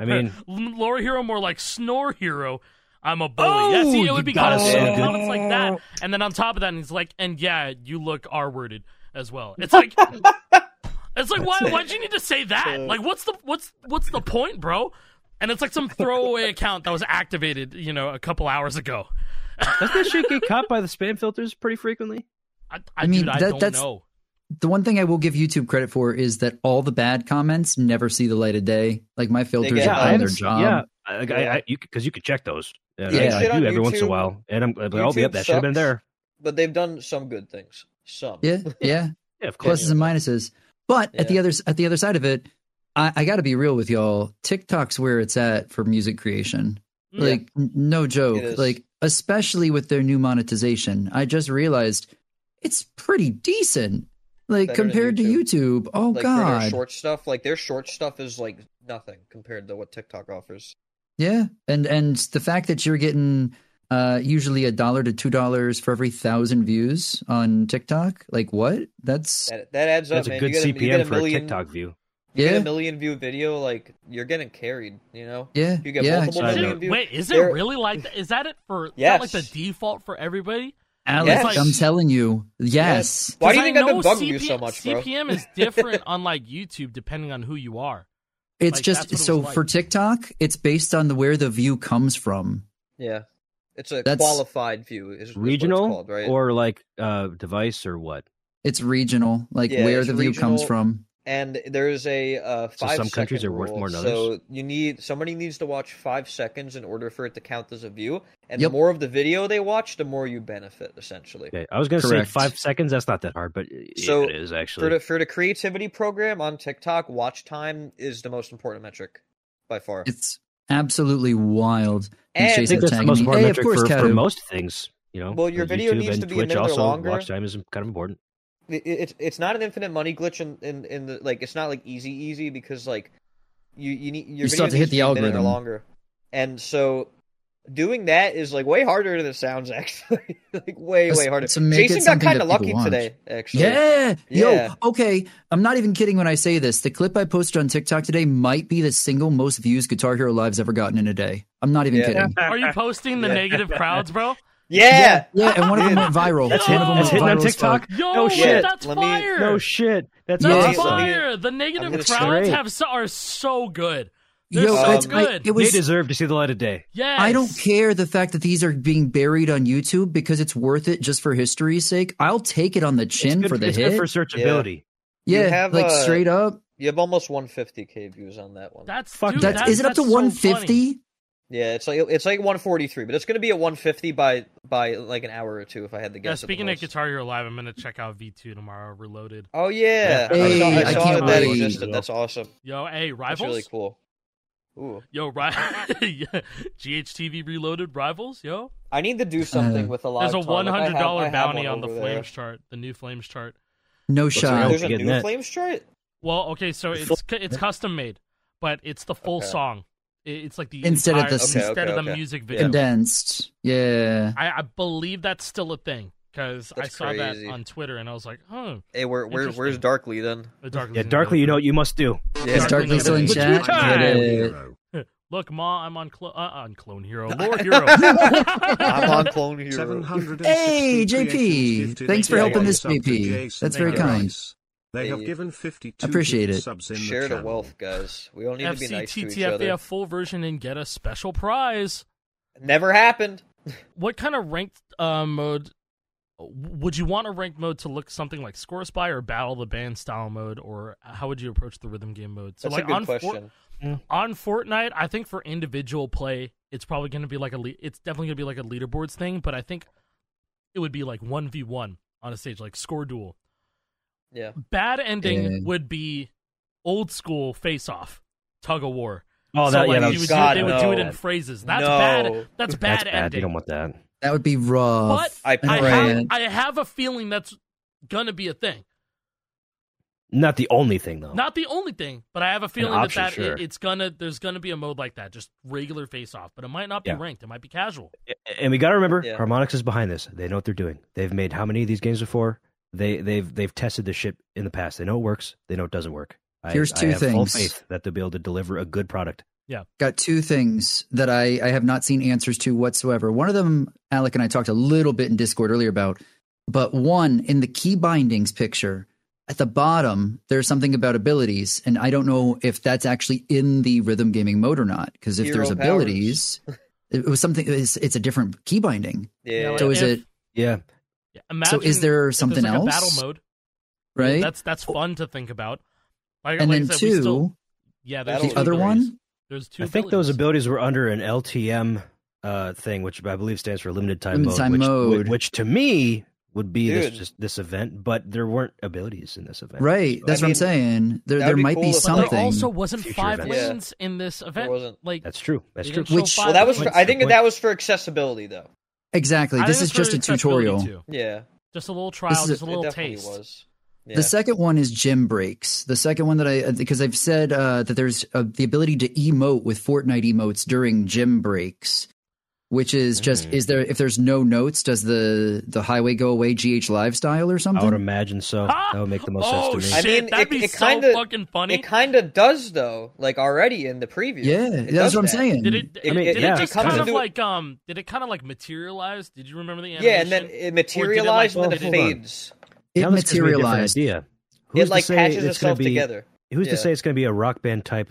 I
<laughs>
mean,
Lore Hero more like Snore Hero. I'm a bully. Oh, yeah, see, it
you
would be
got
kind
Oh, it
of
so good.
comments like that, and then on top of that, he's like, and yeah, you look R worded as well.
<laughs>
It's like, it's like, why? Why'd you need to say that? Like, what's the what's what's the point, bro? And it's like some throwaway account that was activated, you know, a couple hours ago.
does that shit get caught by the spam filters pretty frequently?
I, I,
I mean,
dude, I
that-
don't
that's-
know.
The one thing I will give YouTube credit for is that all the bad comments never see the light of day. Like my filters
get
are
high.
on their
haven't-
job.
Yeah, I, I, I, you because you could check those. And
Yeah.
I, I
Shit
do
on
every once in
YouTube-
a while, and I'm like, oh,
YouTube
yep, that should have been
sucks.
there.
but they've done some good things. Some
yeah,
<laughs>
yeah.
Yeah, of course.
Pluses and minuses. But at the other at the other side of it, I, I got to be real with y'all. TikTok's where it's at for music creation.
Yeah.
Like n- no
It is.
joke. Like especially with their new monetization, I just realized it's pretty decent. Like
Better than
compared to YouTube. Oh
like for their
god.
short stuff. Like their short stuff is like nothing compared to what TikTok offers.
Yeah, and and the fact that you're getting uh, usually a dollar to two dollars for every thousand views on TikTok, like what? That's
That that adds
That's
up,
a
man.
good
you get a, you get
CPM
a
for a
million,
TikTok view.
You get
yeah,
a million view video, like you're getting carried. You know,
yeah,
you get
yeah.
multiple
Side
million
note.
views.
Wait, is it
There-
really like that? Is that it for? Is that like
Yes.
the default for everybody?
Alex,
Yes.
I'm telling you, yes.
Why do you
'Cause
think
I
I've been
know
bugging you
CP
so much, bro?
CPM is different on like YouTube depending on who you are.
It's
Like, that's
just
what it
so
was like.
for TikTok, it's based on the where the view comes from.
Yeah, it's a
That's-
qualified view. Is is what it's
Regional
called, right?
or like uh device or what?
It's regional, like
Yeah,
where
it's
the view comes
regional.
from.
and there's a uh,
So
five
some countries
second
are worth
rule.
more than
So you need somebody needs to watch five seconds in order for it to count as a view. And
Yep.
the more of the video they watch, the more you benefit, essentially.
Okay, I was gonna
Correct.
say five seconds. That's not that hard, but
So,
so, it is
For
actually.
the for the creativity program on TikTok, watch time is the most important metric by far.
It's absolutely wild.
And-
I
Chase
think
is
that's the
tagging
most
me.
important
Hey, of
metric
course,
for, for
Kadu.
most things. You know,
Well, your
There's
video
YouTube
needs
and
to be in
Twitch
there
also
longer.
watch time is kind of important.
it, it's it's not an infinite money glitch in, in, in the like it's not like easy easy because like you you need your
You
video
still have to hit
needs
the
be a minute or
algorithm.
longer, and so doing that is like way harder than it sounds <laughs> actually like way
Yes,
way harder.
to make it
Jason got
something
kind of
that
lucky
people watch.
today actually.
Yeah.
Yeah.
Yo, okay. I'm not even kidding when I say this. The clip I posted on TikTok today might be the single most views Guitar Hero Live's ever gotten in a day. I'm not even
Yeah.
kidding.
<laughs>
Are you posting the
Yeah.
negative
<laughs>
crowds, bro?
yeah.
Yeah, and one of them
<laughs>
went viral.
That's
one
hit-
of them
that's
went
hitting
viral
on
as
TikTok?
fuck.
Yo,
shit,
that's
let me-
fire.
No shit. That's
Yeah.
that's
awesome.
fire. The
I'm
negative
gonna
crowds
straight.
have so, are so good. They're
Yo,
so
it's, I-
good.
it was
they deserve to see the light of day.
yes.
I don't care the fact that these are being buried on YouTube because it's worth it just for history's sake. I'll take it on the
It's
chin
good
for the
it's
hit.
good for searchability.
You
yeah,
have,
like
uh,
straight up.
You have almost 150k views on that one.
That's
Fuck
dude,
that.
That's,
that's
is it up to
that's so
150?
Yeah, it's like it's like 143, but it's gonna be at 150 by by like an hour or two if I had to
Yeah,
guess. at the
speaking of
most.
Guitar Hero Live, I'm gonna check out V2 tomorrow. Reloaded.
Oh yeah,
Hey,
I saw,
I
I saw that
can't
that
wait.
existed. That's awesome.
Yo, hey,
That's
rivals.
really cool. Ooh,
Yo, ri- <laughs> yeah. GHTV Reloaded rivals. Yo,
I need to do something
Uh,
with a lot.
there's a one hundred dollar bounty on the Flames chart, the new Flames chart.
No
like
shot.
There's a
Getting
new
that.
Flames chart.
Well, okay, so it's cu- it's custom made, but it's the full
Okay.
song. I- It's like the
Instead of
entire-
the-
Okay,
instead
okay,
of the
okay.
music video.
Condensed. Yeah.
I, I believe that's still a thing because I
That's
saw
crazy.
that on Twitter and I was like, huh,
Hey, where, where where's
Interesting.
Darkly
<laughs>
then?
the Darkly.
Yeah, darkly, you know what you must do.
Is Darkly
Darkly
still in
But
chat?
two times.
Get it.
Hero.
Look, Ma, I'm on clo- uh, on
<laughs>
Clone Hero, Lord Hero.
I'm on Clone Hero.
760
Hey, JP.
creations gifted
Thanks
for
by
helping
Jason
this, JP.
to Jason
That's
very
Paradise. They
Hey,
have given 52
appreciate
gift
it.
subs in
Share the
channel.
wealth, guys. We
<laughs>
all need to be
FC
nice to each other.
TTFAF full version and get a special prize.
Never happened.
What kind of ranked uh, mode would you want a ranked mode to look something like Score Spy or Battle the Band style mode, or how would you approach the rhythm game mode? So
That's
like
a good
on Fort-
question.
on Fortnite, I think for individual play, it's probably going to be like a le- it's definitely going to be like a leaderboards thing, but I think it would be like 1v1 on a stage like score duel.
Yeah.
Bad ending
Yeah.
would be old school face off, tug of war.
Oh,
so
that,
like
yeah, that
you
was
would
God,
do, they
that
would
was
do
no.
it in phrases. That's
No.
bad. That's bad
That's bad.
ending.
You don't want that.
That would be rough.
but
I
I
pray.
have, I have a feeling that's going to be a thing.
Not the only thing though.
Not the only thing, but I have a feeling
option,
that, that it-
sure.
it's gonna there's gonna be a mode like that, just regular face off. But it might not be
Yeah.
ranked. It might be casual.
and we got to remember
Yeah.
harmonix is behind this they know what they're doing they've made how many of these games before they they've they've tested this shit in the past they know it works they know it doesn't work I-
Here's
I,
two
have full
things.
faith that they'll be able to deliver a good product
Got two things that I, I have not seen answers to whatsoever. One of them, Alec and I talked a little bit in Discord earlier about, but one in the key bindings picture at the bottom, there's something about abilities. And I don't know if that's actually in the rhythm gaming mode or not. Because if
Hero
there's
powers.
abilities, it was something, it's, it's a different key binding,
Yeah.
Yeah,
So
like
is
if-
it-
yeah
yeah, Imagine
is there
if there's,
something
like, A
else?
battle mode,
right?
That's that's fun to think about. Like,
and
like
then
I said, we
two,
still, yeah. There's
Battle
two
the other
abilities.
one,
There's two.
i think those
abilities.
abilities were under an ltm uh thing which i believe stands for limited time
Limited
mode,
time
which,
mode.
whi- which to me would be this
Dude.
just this event but there weren't abilities in this event
right?
So-
That's
I
what I'm
mean,
saying. There,
that'd
there
be
might
cool
be
if-
But
something.
there also wasn't
Future
five
events.
lanes in this event.
wasn't.
Like
that's true that's
they
true
didn't show
Which-
five
Well, that was. For,
lanes.
I think
Good
that was for accessibility, though.
exactly.
I
This
think
is
it's for
just a
accessibility
tutorial.
too.
Yeah.
Just a little trial.
is-
Just a
It
little
definitely
taste. <laughs>
was. Yeah.
The second one is gym breaks. The second one that I because I've said uh, that there's uh, the ability to emote with Fortnite emotes during gym breaks, which is just
Mm-hmm.
is there if there's no notes, does the the highway go away? GH lifestyle or
I would
something?
imagine so. That would make the most
oh,
sense to me.
Shit,
I mean,
that'd
it-
be
it
so
kinda-
fucking funny.
It kind of does though, like already in the preview.
Yeah,
It
that's
does
what I'm
that.
saying.
did it?
I
it-
mean,
did
yeah,
it just
kinda
kind of
do it-
like um? Did it kind of like materialize? Did you remember the animation?
Yeah, and then it
materialized
materialized and
and
then it
then it
fades.
It
Now this gives me a different
materialized.
Idea. Who's
it
to
like
say
patches
it's gonna
itself
be,
together.
Who's
Yeah.
to say it's going to be a rock band type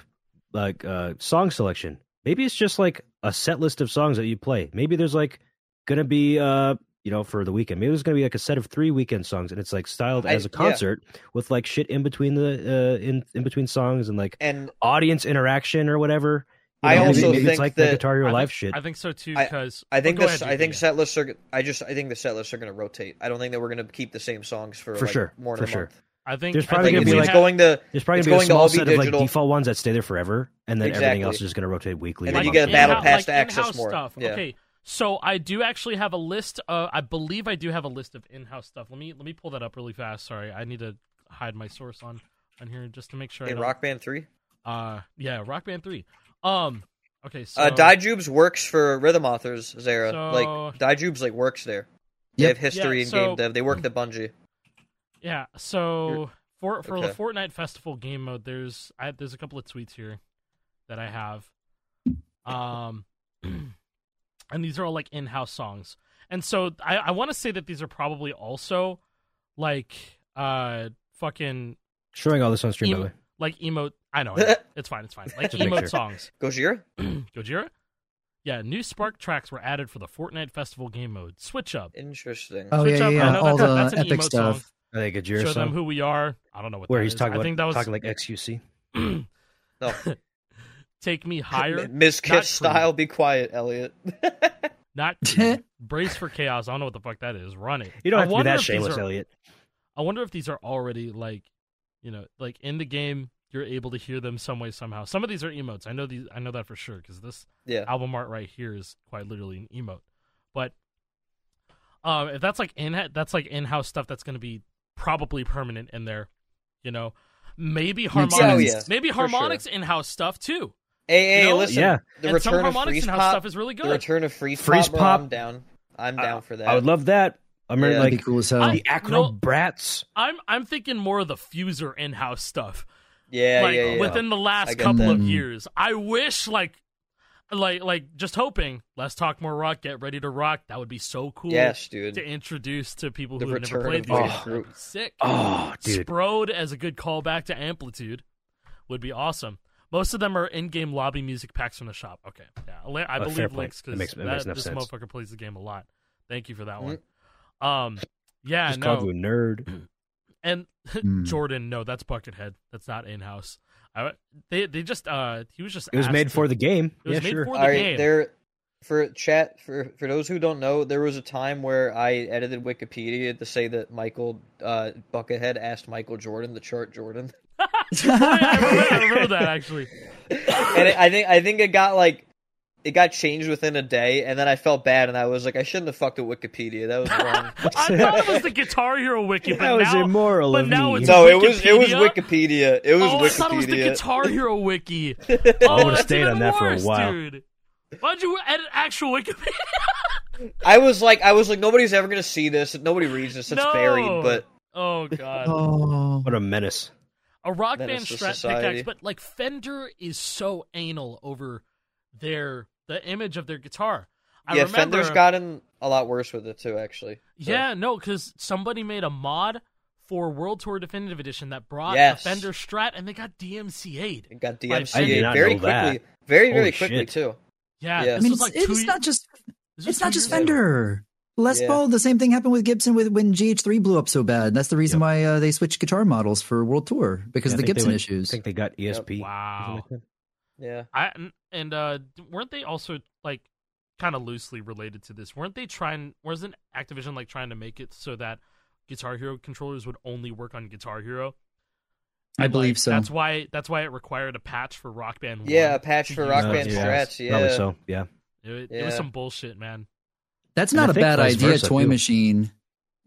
like uh, song selection? Maybe it's just like a set list of songs that you play. Maybe there's like going to be uh you know for the weekend. Maybe there's going to be like a set of three weekend songs, and it's like styled
I-
as a
yeah.
concert with like shit in between the uh, in in between songs and like
And
audience interaction or whatever. You
I
know,
also
maybe, maybe
think
it's like
that-
the Guitar Hero
I
Live
think,
shit.
I think so too
I-
because
I think
oh, go
this.
ahead,
I think
JP.
set lists are. g- I just. I think the set lists are going to rotate. I don't think that we're going to keep the same songs for
For
like
sure,
More
for
than a
sure.
month.
I think
there's
I
probably
think
gonna
if
be
we
like-
it's
had-
going to.
There's probably
it's
going to be a
going to all
small
be
set of
digital.
like default ones that stay there forever, and then
Exactly.
everything else is just going to rotate weekly.
And
or
then you
monthly.
get a battle
in-house-
pass to access
in-house
more.
Stuff.
Yeah.
Okay, so I do actually have a list. Uh, I believe I do have a list of in-house stuff. Let me let me pull that up really fast. Sorry, I need to hide my source on on here just to make sure. I
In
don't-
Rock Band Three,
Uh, yeah, Rock Band Three. Um, okay, so
uh, Dijubes works for Rhythm Authors, Zara.
So-
Like Dijubes, like works there. They
Yep.
have history
Yeah,
in
so-
game dev. They work the Bungie.
yeah, so for for the
okay.
Fortnite Festival game mode, there's I there's a couple of tweets here that I have. Um, <clears throat> and these are all like in-house songs, and so I I want to say that these are probably also like uh fucking
showing all this on stream. by
Emo-
the way.
like emote. I know,
<laughs>
I know. it's fine, it's fine. Like
Just make
emote
sure.
songs. <clears throat>
Gojira.
Gojira. Yeah, new Spark tracks were added for the Fortnite Festival game mode. Switch up.
Interesting.
Oh yeah,
Switch
yeah,
up. I
yeah.
know
all
that's- that's
the
an
epic
emote
stuff.
song.
I think a
Show
Jira
them
song
who we are. I don't know what
where
that
he's
is.
talking
I
about
think that was
talking like XQC.
No.
<clears throat>
<laughs>
take me higher,
M- Ms.
Not
Kiss
creep.
style. Be quiet, Elliot. <laughs>
not creep. brace for chaos. I don't know what the fuck that is. Run it.
You don't
I
have to be
wonder
that
if these
shameless,
are-
Elliot.
I wonder if these are already like, you know, like in the game. You're able to hear them some way somehow. Some of these are emotes. I know these. I know that for sure because this
yeah.
album art right here is quite literally an emote. But um, if that's like in that's like in house stuff that's going to be probably permanent in there, you know, maybe
Makes
harmonics,
sense. Oh,
maybe
For sure.
harmonics in house stuff too.
Hey, hey,
You know?
listen.
Yeah.
The
and
return
some
of
harmonics
freeze
in house
pop.
stuff is really
The
good.
return of freeze,
Freeze
pop. bro,
pop.
I'm down. I'm
I-
down for that.
I would love that. I remember
Yeah.
That'd
like
be cool as hell.
the
No.
Acrobrats.
I'm I'm thinking more of the fuser in house stuff.
Yeah,
like
yeah, yeah.
within the
I
last
get
couple
that.
of years. I wish like like like just hoping let's talk more rock get ready to rock that would be so cool
yes, dude.
to introduce to people
The
who have never
return of
played these
the
games. That'd
group.
be sick
Oh, dude.
Sprode as a good callback to Amplitude would be awesome. Most of them are in-game lobby music packs from the shop. Okay, yeah, Li- I
Oh, fair
believe
point.
Links
That
because
makes- that makes enough
this
sense.
motherfucker plays the game a lot. Thank you for that
Mhm.
one. Um, yeah,
Just
no,
called you a nerd.
and <laughs>
Hmm.
Mm.
Jordan, no, that's Buckethead. That's not in-house. I, they they just uh he was just
It was
asked
made for
to-
the game.
it was
yeah,
made
sure. <laughs>
for the
All right,
game.
there for chat for for those who don't know, there was a time where I edited Wikipedia to say that Michael uh, Buckethead asked Michael Jordan to chart Jordan, <laughs>
Oh, yeah, <laughs> I, remember, I
<laughs>
remember that actually.
and it, I think I think it got like it got changed within a day, and then I felt bad, and I was like, I shouldn't have fucked with Wikipedia. That was
<laughs>
wrong.
I thought it was the Guitar Hero wiki, but
that was
now
immoral
but
of
now
me.
it's-
no, it was it was Wikipedia.
Wikipedia?
It was
oh,
Wikipedia.
I thought it was the Guitar
<laughs>
Hero wiki. Oh,
would've
that's
stayed
even
on that for a
worse,
while.
Dude. Why'd you edit actual Wikipedia? <laughs>
I was like, I was like, nobody's ever gonna see this. Nobody reads this. It's
No.
buried. But
Oh god,
<laughs>
Oh,
What a menace.
a rock
Menace
band
to
strat
society.
pickaxe, but like Fender is so anal over their the image of their guitar. I
yeah,
remember,
Fender's gotten a lot worse with it too. Actually, So-
Yeah, no, because somebody made a mod for World Tour Definitive Edition that brought
Yes.
a Fender Strat, and they got DMCA'd.
It got
Like, I
did
DMCA
not
very
know
quickly,
that.
very very
Holy
quickly
shit.
too.
Yeah,
Yeah.
I
this
mean,
was
it's,
like two e-
it's
ye-
not just
this was
it's
two
not just
years ago.
Fender. Les
Yeah.
Paul, the same thing happened with Gibson with when GH3 blew up so bad. That's the reason why uh, they switched guitar models for World Tour
Yeah,
because
I
of the
think they
Gibson
went- I
issues.
think they got E ESP.
Wow.
Yeah,
<laughs> I and- and uh weren't they also like kind of loosely related to this? Weren't they trying wasn't Activision like trying to make it so that Guitar Hero controllers would only work on Guitar Hero?
I
And, like,
believe so.
That's why that's why it required a patch for Rock Band 1.
yeah, a patch
to
for
use
Rock
those
Band
models.
Strats. Yeah,
Probably so. Yeah.
It, it was
Yeah.
some bullshit, man.
That's
And I
not a
think
bad
vice
idea,
versa,
Toy
too.
Machine.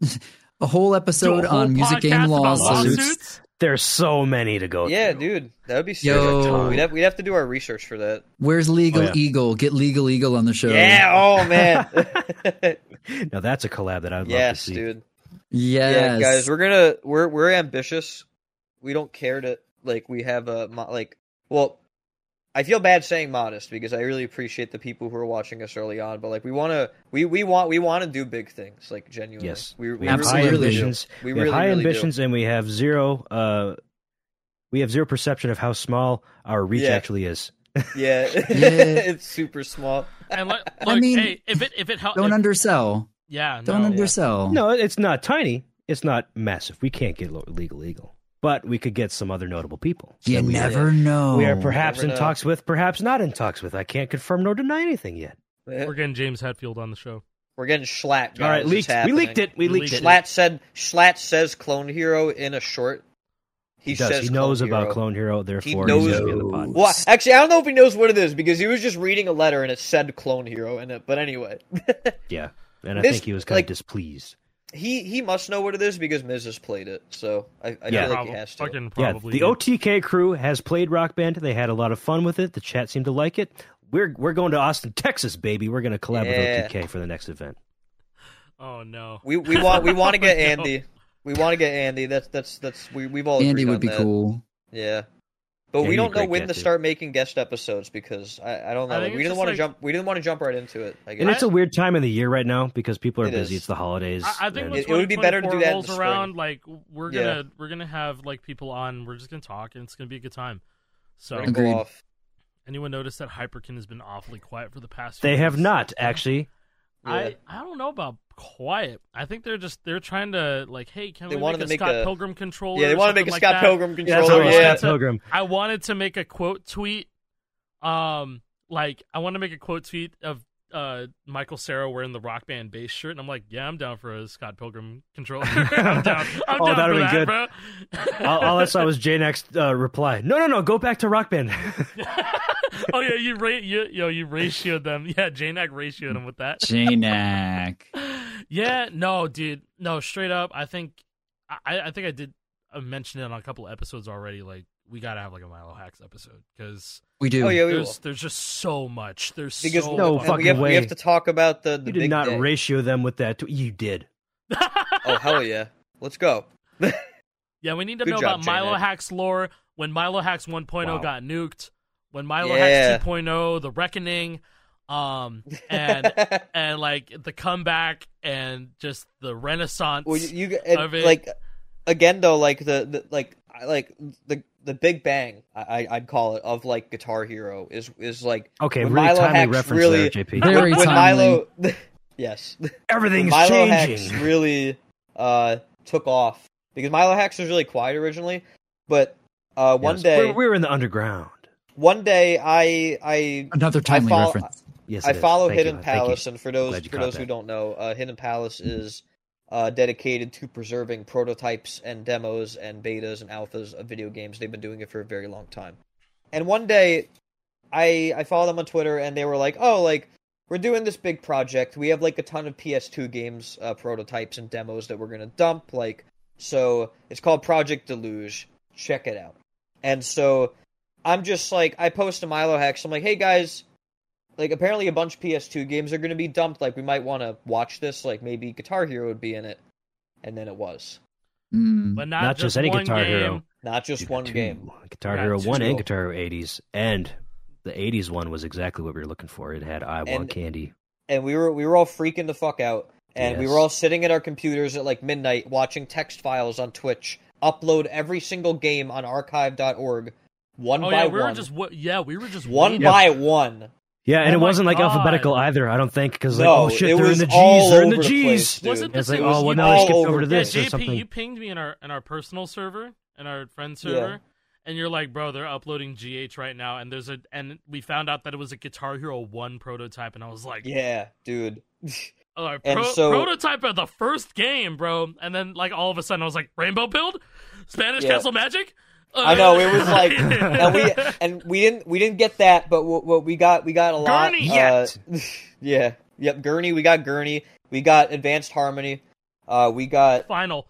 <laughs> a whole
Do
episode
a whole
on music
podcast
game
about
lawsuits.
lawsuits?
There's so many to go.
yeah,
through.
dude, that would be sick.
Yo.
We'd have we'd have to do our research for that.
Where's Legal
Oh, yeah.
Eagle? Get Legal Eagle on the show.
Yeah. Oh
<laughs>
man. <laughs>
Now that's a collab that I'd love to
yes,
see.
dude.
Yes.
Yeah, guys, we're gonna we're we're ambitious. We don't care to like we have a mo- like well, I feel bad saying modest because I really appreciate the people who are watching us early on, but like we want to we we want we want to do big things like genuinely.
Yes,
we,
we
we
have high
Absolutely.
really do.
ambitions.
We,
We
really,
have high
really do.
ambitions, and we have zero. Uh, we have zero perception of how small our reach
Yeah.
actually is.
<laughs>
<laughs>
Yeah,
Yeah.
it's super small.
And like,
<laughs> I
look,
mean,
hey, if it if it helps,
Don't undersell.
yeah,
Don't
no.
undersell.
No, it's not tiny. It's not massive. We can't get Lo- legal eagle, but we could get some other notable people.
You
that we,
never know.
we are perhaps
Never
in
know.
talks with, perhaps not in talks with. I can't confirm nor deny anything yet.
We're,
We're getting James Hetfield on the show.
getting schlapped.
All right,
guys.
leaked.
It's
We leaked
happening.
it. We
We
leaked
leaked
it.
it.
Schlatt said Schlatt says clone hero in a short. He,
He does.
says
he knows
Clone
about
Hero.
Clone Hero. Therefore,
knows-
he's going to be on the pod.
Well, actually, I don't know if he knows what it is because he was just reading a letter and it said "Clone Hero" in it. But anyway, <laughs>
Yeah, and I
This-
think he was kind
like-
of displeased.
he he must know what it is because Miz has played it, so I, I
Yeah.
feel like
Probably,
he has to.
fucking
yeah,
probably.
the
did.
OTK crew has played Rock Band. They had a lot of fun with it. The chat seemed to like it. We're we're going to Austin, Texas, baby. We're going to collab
Yeah.
with OTK for the next event.
Oh no.
We we want we want to get
<laughs> No.
Andy. We want to get Andy. That's that's that's we we've all
Andy
agreed
would
on
be
that.
cool.
<laughs>
Yeah. But
Yeah,
we
he'd be
don't
a
know
great
when
guest,
to
dude.
start making guest episodes because I, I don't know.
I
like,
think
we didn't
it's just
want to
like-
jump. We didn't want to jump right into it. I guess.
And it's a weird time of the year right now because people are
It
busy.
is.
It's the holidays.
I, I think
and-
when
It- it would be better to do
2024
that in
rolls
the spring.
around. Like we're
Yeah.
gonna we're gonna have like people on. We're just gonna talk, and it's gonna be a good time. So
Wrinkle
Agreed.
off.
anyone notice that Hyperkin has been awfully quiet for the past? few
they have
weeks?
not actually.
Yeah.
I I don't know about quiet. I think they're just they're trying to like, hey, can
They
we
wanted
make a
to make
Scott
a-
Pilgrim controller?
Yeah, they
or
want to make a
something like
Scott
that?
Pilgrim
That's
controller.
almost
almost-
Yeah,
Scott
that's a- <laughs>
Pilgrim.
I wanted to make a quote tweet. Um, like I want to make a quote tweet of uh Michael Sarah wearing the rock band bass shirt, and I'm like, yeah, I'm down for a Scott Pilgrim
<laughs>
controller. <laughs> I'm down. I'm
Oh,
down
that'd be
for that,
good.
bro.
all, all I saw was J next uh, reply. No, no, no. Go back to Rock Band.
<laughs>
<laughs>
oh yeah, you ra- you yo you ratioed them. <laughs> Yeah, JNAC ratioed them with that. <laughs>
Janak.
yeah, no, dude, no, straight up. I think I, I think I did uh, mention it on a couple episodes already. Like we gotta have like a Milo Hacks episode because
We do.
Oh yeah, we will.
there's there's just so much. There's
Because
so
No
and
much.
we
fucking
have,
way.
we have to talk about the the
you
big
did not
day.
ratio them with that. tw- you did.
Oh hell yeah, let's go.
<laughs> yeah, we need to
Good
know
job,
about Milo
Janet.
Hacks lore when Milo Hacks 1.0
Wow.
got nuked, when Milo
Yeah.
Hacks 2.0, the reckoning,
<laughs>
um, and and like the comeback and just the renaissance.
Well, you, you it,
of it.
like again though, like the, the like I- like the the Big Bang, I, I- I'd call it of like Guitar Hero is is like
Okay,
When
really
Milo
timely
Hacks
reference there,
really- <laughs>
JP.
Very
when, when
timely.
Milo. <laughs> yes,
Everything's
Milo
changing. <laughs>
Hacks really uh took off because Milo Hacks was really quiet originally, but uh one
Yes.
day
we're, we're in the underground.
one day I I
Another timely
follow-
reference.
Yes,
I
it is.
follow
Thank you.
Hidden
Thank you.
Palace, and for those
Glad you
for
caught
those who
that.
don't know, uh, Hidden Palace is uh, dedicated to preserving prototypes and demos and betas and alphas of video games. They've been doing it for a very long time. And one day, I I follow them on Twitter, and they were like, "Oh, like we're doing this big project. We have like a ton of PS2 games uh, prototypes and demos that we're gonna dump. Like, so it's called Project Deluge. Check it out." And so I'm just like, I post a Milo Hex. I'm like, hey guys, like apparently a bunch of PS2 games are going to be dumped. Like we might want to watch this. Like maybe Guitar Hero would be in it. And then it was
Mm.
but not,
Not just any
one
Guitar
game.
Hero.
not just
You got
one
two.
game.
Guitar
You got
Hero
two.
one and Guitar Hero eighties, and the eighties one was exactly what we were looking for. It had I want
And-
candy.
And we were we were all freaking the fuck out. And we
Yes.
were all sitting at our computers at like midnight watching text files on Twitch. Upload every single game on archive.org, one
Oh
by
yeah, we
one,
were just wa- yeah, we were just
one
waiting.
by one.
Yeah, and
Oh
it
my
wasn't like
God.
alphabetical either. I don't think because like
no,
oh
it
shit, they're
was
in the G's,
all
they're in
over
the G's.
Place, dude.
Wasn't
It's
this
like
it
oh
was
well now I
all
skipped over
over
to
the
Yeah,
this or
JP,
something.
you pinged me in our in our personal server in our friend server, and you're like, bro, they're uploading GH right now, and there's a and we found out that it was a Guitar Hero One prototype, and I was like,
yeah, dude.
uh,
And
pro-
so-
prototype of the first game, bro, and then like all of a sudden I was like, Rainbow Build, Spanish
Yeah.
Castle Magic.
I know it
<laughs>
was like and we and we didn't we didn't get that, but what, what we got we got a lot.
Gurney.
uh, <laughs> yeah, yep. Gurney, we got Gurney. We got Advanced Harmony. Uh, we got
<laughs> final.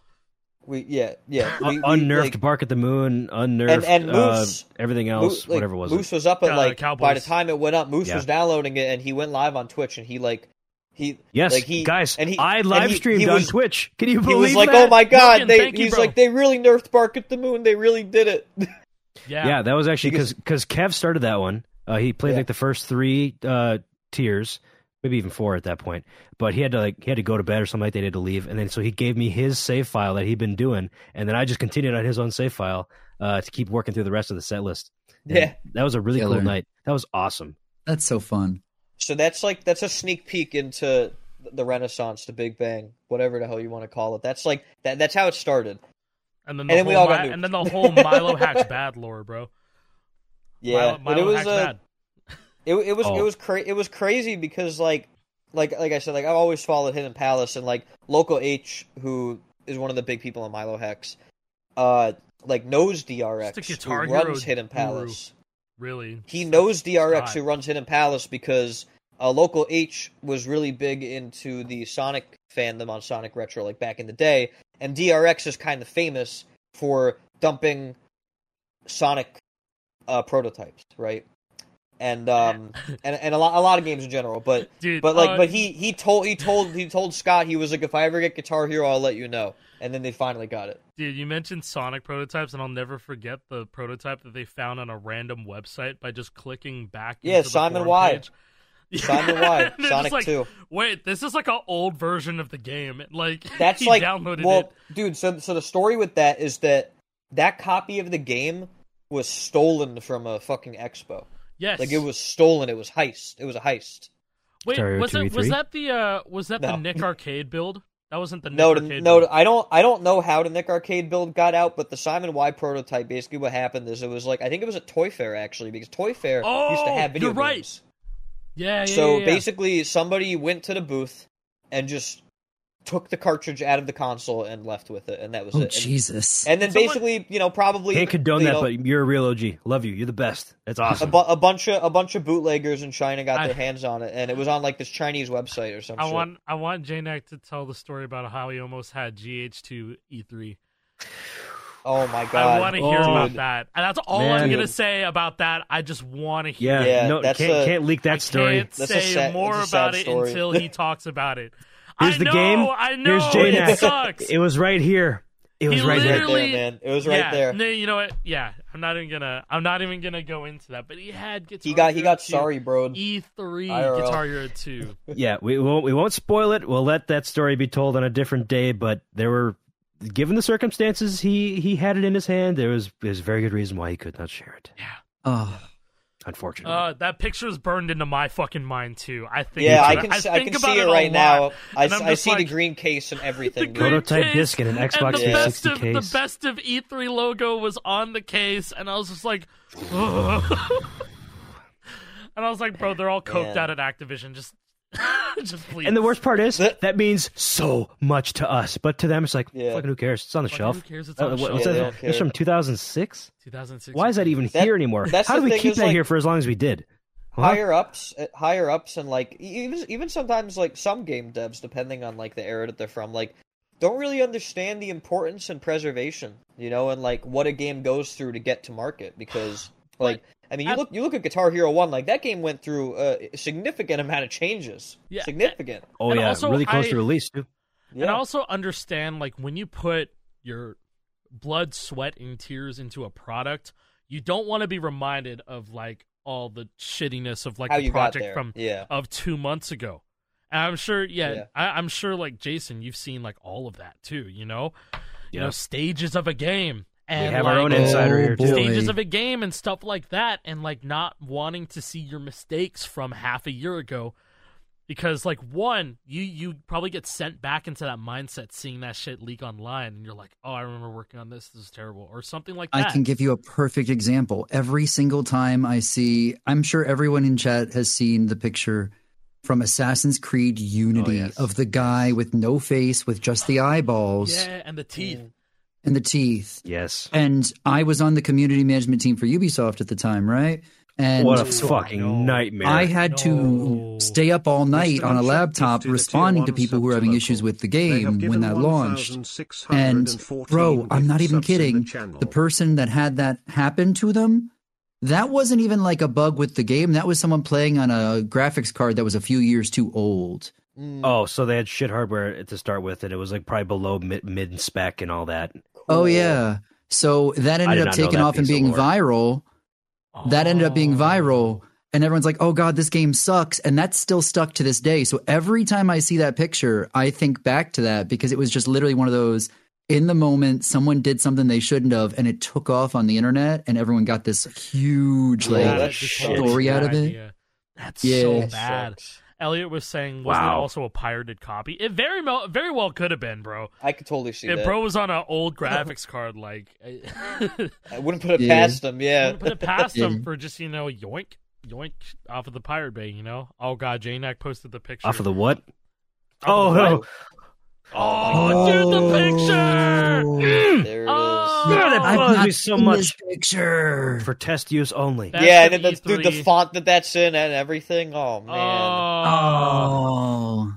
We yeah yeah
Un-
we, we,
Uh, unnerved
like,
Bark at the Moon, unnerved
And- and
uh,
Moose-
everything
Mo-
else,
like,
whatever it was
Moose was up at
Uh,
like by the
Cowboys.
time it went up, Moose
Yeah.
was downloading it and he went live on Twitch and he like he
Yes,
like he
guys,
and he
I
and
live
he-
streamed
he
on
was-
Twitch. Can you
He
believe
was like,
that?
"Oh my god!"
Morgan,
they
thank you,
he's
bro.
like, "They really nerfed Bark at the Moon. They really did it." <laughs>
Yeah.
Yeah, that was actually because
Because-
because Kev started that one. Uh, he played
Yeah.
like the first three uh, tiers, maybe even four at that point. But he had to like he had to go to bed or something like that. He had to leave, and then so he gave me his save file that he'd been doing, and then I just continued on his own save file uh, to keep working through the rest of the set list. And
Yeah.
that was a really
Killer.
cool night. That was awesome.
That's so fun.
So that's like that's a sneak peek into the Renaissance, the Big Bang, whatever the hell you want to call it. That's like that. That's how it started.
And then the
And then we
whole
all got
Mi-
nuked.
and then the whole Milo hacks bad lore, bro.
<laughs> Yeah,
Milo,
but
Milo
it was
hacks
uh,
bad.
it, it was it
Oh.
was cra- it was crazy because like like like I said, like I've always followed Hidden Palace and like local H, who is one of the big people in Milo Hex, uh, like knows DRX,
Just a
who
Guitar Hero
runs Hidden
guru.
Palace.
Really.
he knows DRX
God.
who runs Hidden Palace because uh, local H was really big into the Sonic fandom on Sonic Retro like back in the day, and DRX is kind of famous for dumping Sonic uh, prototypes, right? And
<laughs>
um and and a lot a lot of games in general, but
Dude,
but like
uh,
but he he told he told he told Scott he was like if I ever get Guitar Hero I'll let you know, and then they finally got it.
Dude, you mentioned Sonic prototypes, and I'll never forget the prototype that they found on a random website by just clicking back.
Yeah,
into the
Simon
forum
Y.
page. <laughs> Yeah.
Simon
<laughs>
Y,
They're just
Sonic
like,
Two.
Wait, this is like an old version of the game. <laughs> Like
That's
he
like
downloaded
well,
it.
dude. So so the story with that is that that copy of the game was stolen from a fucking expo.
Yes,
Like it was stolen. It was heist. It was a heist.
Wait,
Terrio
was it was
2v3?
that the uh was that the
No.
Nick Arcade build? That wasn't the Nick
No,
Arcade
no,
build.
I don't. I don't know how the Nick Arcade build got out, but the Simon Y prototype. Basically, what happened is it was like I think it was at Toy Fair actually because Toy Fair used to
Oh,
have video
you're right.
games.
yeah, yeah,
so
yeah, yeah.
basically, somebody went to the booth and just took the cartridge out of the console and left with it, and that was
Oh
it. And-
Jesus!
And then
Someone-
basically, you know, probably
Can't condone
you
that,
know,
but you're a real OG. Love you. You're the best. That's
a,
awesome.
bu- a bunch of a bunch of bootleggers in China got
I-
their hands on it, and it was on like this Chinese website or some
I
shit.
want I want Janek to tell the story about how he almost had GH2 E3.
oh my god!
I want to hear about
Dude.
that. And that's all I'm
Man.
gonna say about that. I just want to hear.
yeah,
Yeah,
no,
that's
can't
a-
can't leak
I
that story.
can't
That's a
say
sad-
more
that's a sad
about it
story.
until he talks about it.
<laughs> Here's
I
the
know,
game.
I know.
Here's
it
Janak.
sucks.
<laughs> It was right here. It was
He
right
It was
here.
right
literally-
there, man. It was right
yeah,
there.
No, you know what? Yeah, I'm not even gonna. I'm not even gonna go into that. But he had guitar.
He got he
Hero
got
2,
sorry, bro.
E3
IRL.
Guitar
<laughs>
Hero 2.
yeah, we won't we won't spoil it. We'll let that story be told on a different day. But there were, given the circumstances, he he had it in his hand. There was there's a very good reason why he could not share it.
Oh,
Unfortunately,
Uh, that picture is burned into my fucking mind too. I think.
Yeah, I
about
can
it.
s-
I
I
think
can
about
see it
a
right now.
lot,
I,
and
s-
I'm
I
just
see
like,
the green case
<laughs>
and everything.
green
dude.
Prototype
case,
disc and an Xbox
and the
360
best of
case.
the best of E3 logo was on the case, and I was just like, <laughs> "Ugh." and I was like, bro, they're all coked
Yeah.
out at Activision. Just, <laughs> just please.
and the worst part is
The-
that means so much to us, but to them it's like
Yeah.
fucking who cares? It's on the
Fucking
shelf.
Who cares? It's
Uh,
on the
what-
shelf.
what's
Yeah, they
that?
don't
That's
care.
from 2006.
2006.
Why is that even
That-
here anymore?
that's
How
the
do we
thing
keep
is,
that
like,
here for as long as we did? Huh?
Higher ups, uh, higher ups, and like e- even even sometimes like some game devs, depending on like the era that they're from, like don't really understand the importance and preservation, you know, and like what a game goes through to get to market
<sighs>
because like. I mean, you
I-
look you look at Guitar Hero One, like that game went through a significant amount of changes.
Yeah.
Significant.
Oh
And
yeah,
also,
really close
I-
to release too.
Yeah.
And I also understand like when you put your blood, sweat, and tears into a product, you don't want to be reminded of like all the shittiness of like
How
the
you got
project
there?
from
yeah.
of two months ago. And I'm sure, yeah,
Yeah.
I, I'm sure like Jason, you've seen like all of that too, you know? You
Yeah.
know, stages of a game. And
we have our
like,
own
Oh,
insider here too.
boy.
stages of a game and stuff like that and like not wanting to see your mistakes from half a year ago because like one you you probably get sent back into that mindset seeing that shit leak online and you're like oh i remember working on this this is terrible or something like that
I can give you a perfect example. Every single time I see, I'm sure everyone in chat has seen the picture from Assassin's Creed Unity
yes.
of the guy with no face, with just the eyeballs
yeah and the teeth
Oh,
and the teeth.
Yes.
And I was on the community management team for Ubisoft at the time, right? And
what a
so
fucking
No.
nightmare.
I had
No.
to stay up all night on a
Instant
laptop
shifted to
responding
tier
to
one
people who were having
subtotal.
issues with the
They have
game
given
when that launched.
1,614
And bro, I'm not
gifts
even
subs in the
kidding.
channel.
The person that had that happen to them, that wasn't even like a bug with the game. That was someone playing on a graphics card that was a few years too old.
Mm,
Oh, so they had shit hardware to start with, and it was like probably below mid, mid spec and all that.
Oh
cool.
yeah. So that
did
ended
not
up
know
taking
that
off and
piece of
being
lore.
viral. That ended up being
Oh.
viral. And everyone's like, oh God, this game sucks. And that's still stuck to this day. So every time I see that picture, I think back to that because it was just literally one of those in the moment, someone did something they shouldn't have and it took off on the internet and everyone got this
Oh,
huge, like,
Yeah, that
story out of it.
idea. That's
Yeah.
so
That
bad.
sucks.
Elliot was saying, was not it
Wow.
also a pirated copy? It very mo- very well could have been, bro.
I could totally see
If
that.
bro was on an old graphics card, like, <laughs> I
I wouldn't put it
Yeah.
past them. Yeah.
wouldn't put it past him
Yeah.
for just you know yoink yoink off of the pirate bay. You know, oh god, Janak posted the picture
Off of the what?
Off of the
Oh,
pirate- oh, dude, the picture.
there it is.
Oh.
<laughs> God, that
I've
bothers
not
me so
seen
much.
this picture.
For test use only.
That's E
yeah,
an
and then the, dude, the
E3.
font that that's in and everything. Oh man,
Oh,
oh.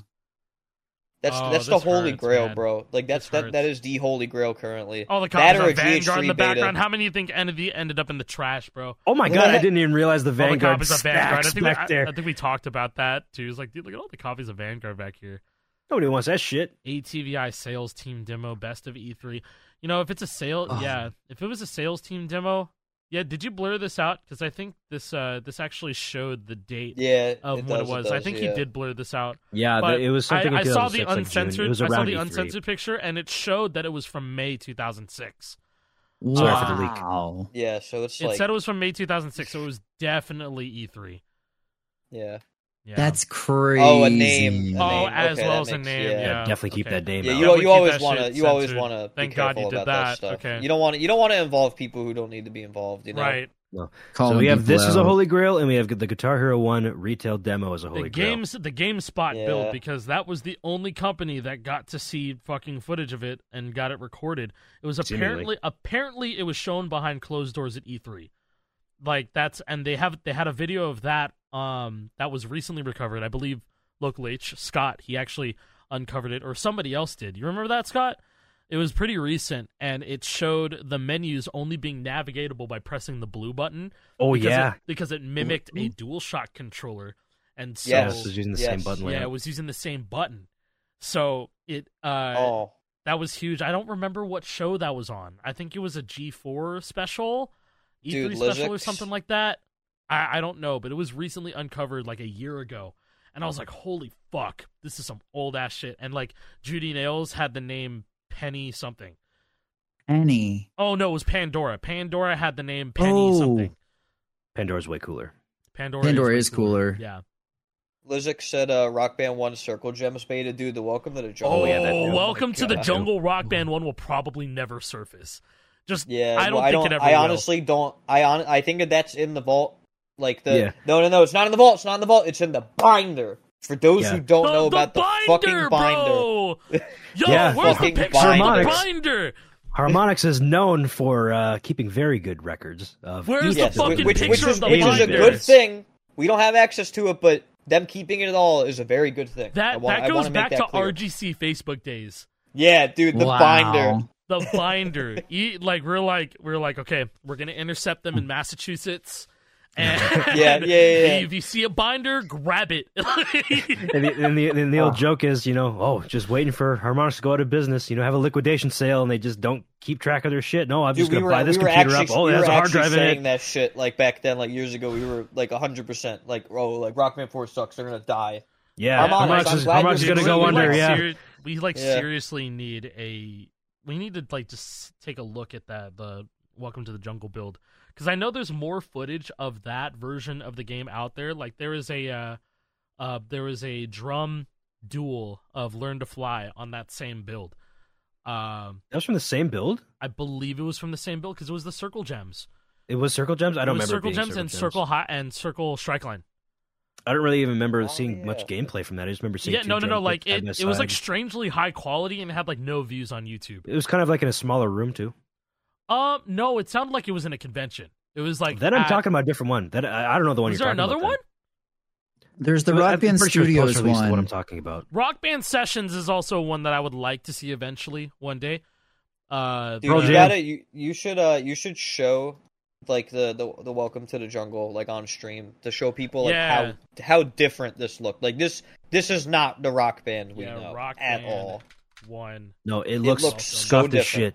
that's
oh,
that's the
this
holy
hurts,
grail,
man.
bro. Like that's
This
that that
hurts. Oh,
is the holy grail currently.
all the
that
copies
or a
of Vanguard in
GH3
the background.
beta.
How many do you think ended ended up in the trash, bro?
Oh my
Look
god,
at
I
that.
didn't even realize the
all the
Vanguard
copies of Vanguard. I
snacks
think, we, I-
back there.
I think we talked about that too. It's like, dude, look at all the copies of Vanguard back here.
Nobody wants that shit.
ATVI sales team demo, best of E3. You know, if it's a sale,
Ugh.
yeah, if it was a sales team demo, yeah. Did you blur this out? Because I think this uh this actually showed the date
Yeah,
of
it
when
does,
it was. I
does,
think
yeah.
he did blur this out.
Yeah,
But
the, it was something.
I,
in
I saw the
2006, like June.
uncensored.
It was
I saw
around E
the
E3.
uncensored picture, and it showed that it was from May 2006.
Sorry for the leak.
Wow.
Yeah, so it's
It
like
said it was from May 2006, so it was definitely E3.
yeah,
Yeah.
That's crazy.
Oh, a name. A
oh,
name.
as
Okay,
well
that
as a
makes-
name.
yeah.
Yeah, definitely keep
okay.
that name
yeah.
out.
You,
would
you
keep
always
that
want to
shit
you always
censored.
want to be
Thank God
careful
you did
about
that.
stuff.
Okay.
You don't want to you don't want to involve people who don't need to be involved. You know,
Right.
so
Calling
we have
people
this as a
out.
holy grail, and we have the Guitar Hero One retail demo as a holy
the
grail.
games the GameSpot
Yeah.
build because that was the only company that got to see fucking footage of it and got it recorded. It was
Seemingly.
apparently apparently it was shown behind closed doors at E3. Like that's and they have they had a video of that um that was recently recovered. I believe local H Scott he actually uncovered it or somebody else did. You remember that Scott? It was pretty recent and it showed the menus only being navigatable by pressing the blue button.
Oh
because
yeah,
it, because it mimicked a DualShock controller, and so
yeah,
Yes.
this is using the
Yes.
same button.
yeah,
layout.
it was using the same button. So it uh,
Oh,
that was huge. I don't remember what show that was on. I think it was a G4 special, E3
Dude,
special, or
Lizix.
something like that. I, I don't know, but it was recently uncovered like a year ago, and I was like, "Holy fuck, this is some old ass shit." And like Judy Nails had the name Penny something.
Penny.
Oh no, it was Pandora. Pandora had the name Penny
Oh.
something.
Pandora's way cooler.
Pandora.
Pandora
way
is cooler.
Yeah.
Lizik said uh, Rock Band One Circle Gems beta. Dude, the welcome to the jungle.
Oh,
yeah, that-
my
welcome to the
God.
jungle. Rock Band one will probably never surface. Just
Yeah,
I don't
well,
think
I don't.
it ever
I
will.
honestly don't. I on. I think that that's in the vault. Like the
Yeah.
no, no, no. It's not in the vault. It's not in the vault. It's in the binder. For those
Yeah.
who don't
The-
know
the
about the fucking binder,
bro! Yo,
Yeah,
where's the
fucking
picture
binder.
of the binder?
Harmonix is known for uh, keeping very good records. Of
Where's
each
the
yes,
of them.
fucking
which,
picture
which
of
is
the
which is a
binder?
good thing. We don't have access to it, but them keeping it at all is a very good thing. I
That
want,
that goes back
that
to
clear.
RGC Facebook days.
Yeah, dude, the
Wow.
binder.
The
<laughs>
binder. e, like we're like we're like okay, we're gonna intercept them
<laughs>
in Massachusetts. And
Yeah, yeah, yeah, yeah.
<laughs> If you see a binder, grab it. <laughs>
<laughs>
And the, and the, and the
Ah.
old joke is, you know, oh, just waiting for Harmonix to go out of business. You know, have a liquidation sale, and they just don't keep track of their shit. No, I'm
Dude,
just
we
going to
were,
buy this
we were
computer
actually,
up. Oh,
we
it has
were
a hard
actually
drive in
saying
it.
that shit like back then, like years ago. We were like hundred percent, like oh, like Rockman Four sucks. They're gonna die.
Yeah,
Harmonix,
Harmonix
I'm
is,
glad
Harmonix is
you're
going to go
doing
we,
under.
Like,
yeah,
seri- we like
Yeah.
seriously need a. We need to like just take a look at that the Welcome to the Jungle build because I know there's more footage of that version of the game out there. Like there is a, uh, uh there is a drum duel of Learn to Fly on that same build. Um,
that was from the same build.
I believe it was from the same build because it was the Circle Gems.
It was Circle Gems. I don't
it was
remember
Circle
it being
Gems and Circle Hot and Circle Strike Line.
I don't really even remember
Oh,
seeing
yeah.
much gameplay from that. I just remember seeing.
Yeah,
two
no, no, no.
drum
Like
kits
it,
side by
it was like
side.
strangely high quality and it had like no views on YouTube.
it was kind of like in a smaller room too.
Um, no, it sounded like it was in a convention. It was like
then I'm
at-
talking about a different one. That I, I don't know the one
Is
you're
there
talking
another
about then.
one?
There's the
I'm-
Rock
I'm
Band
pretty sure it's
Studios
post-release,
one.
What I'm talking about.
Rock Band Sessions is also one that I would like to see eventually one day. Uh,
Dude,
Pearl
you
Jam.
gotta you, you should uh you should show like the, the the Welcome to the Jungle like on stream to show people like
Yeah.
how how different this looked. Like this this is not the rock band we
Yeah,
know
Rock
at
Band.
all.
one.
No, it looks,
looks so
scuffed as shit.
different.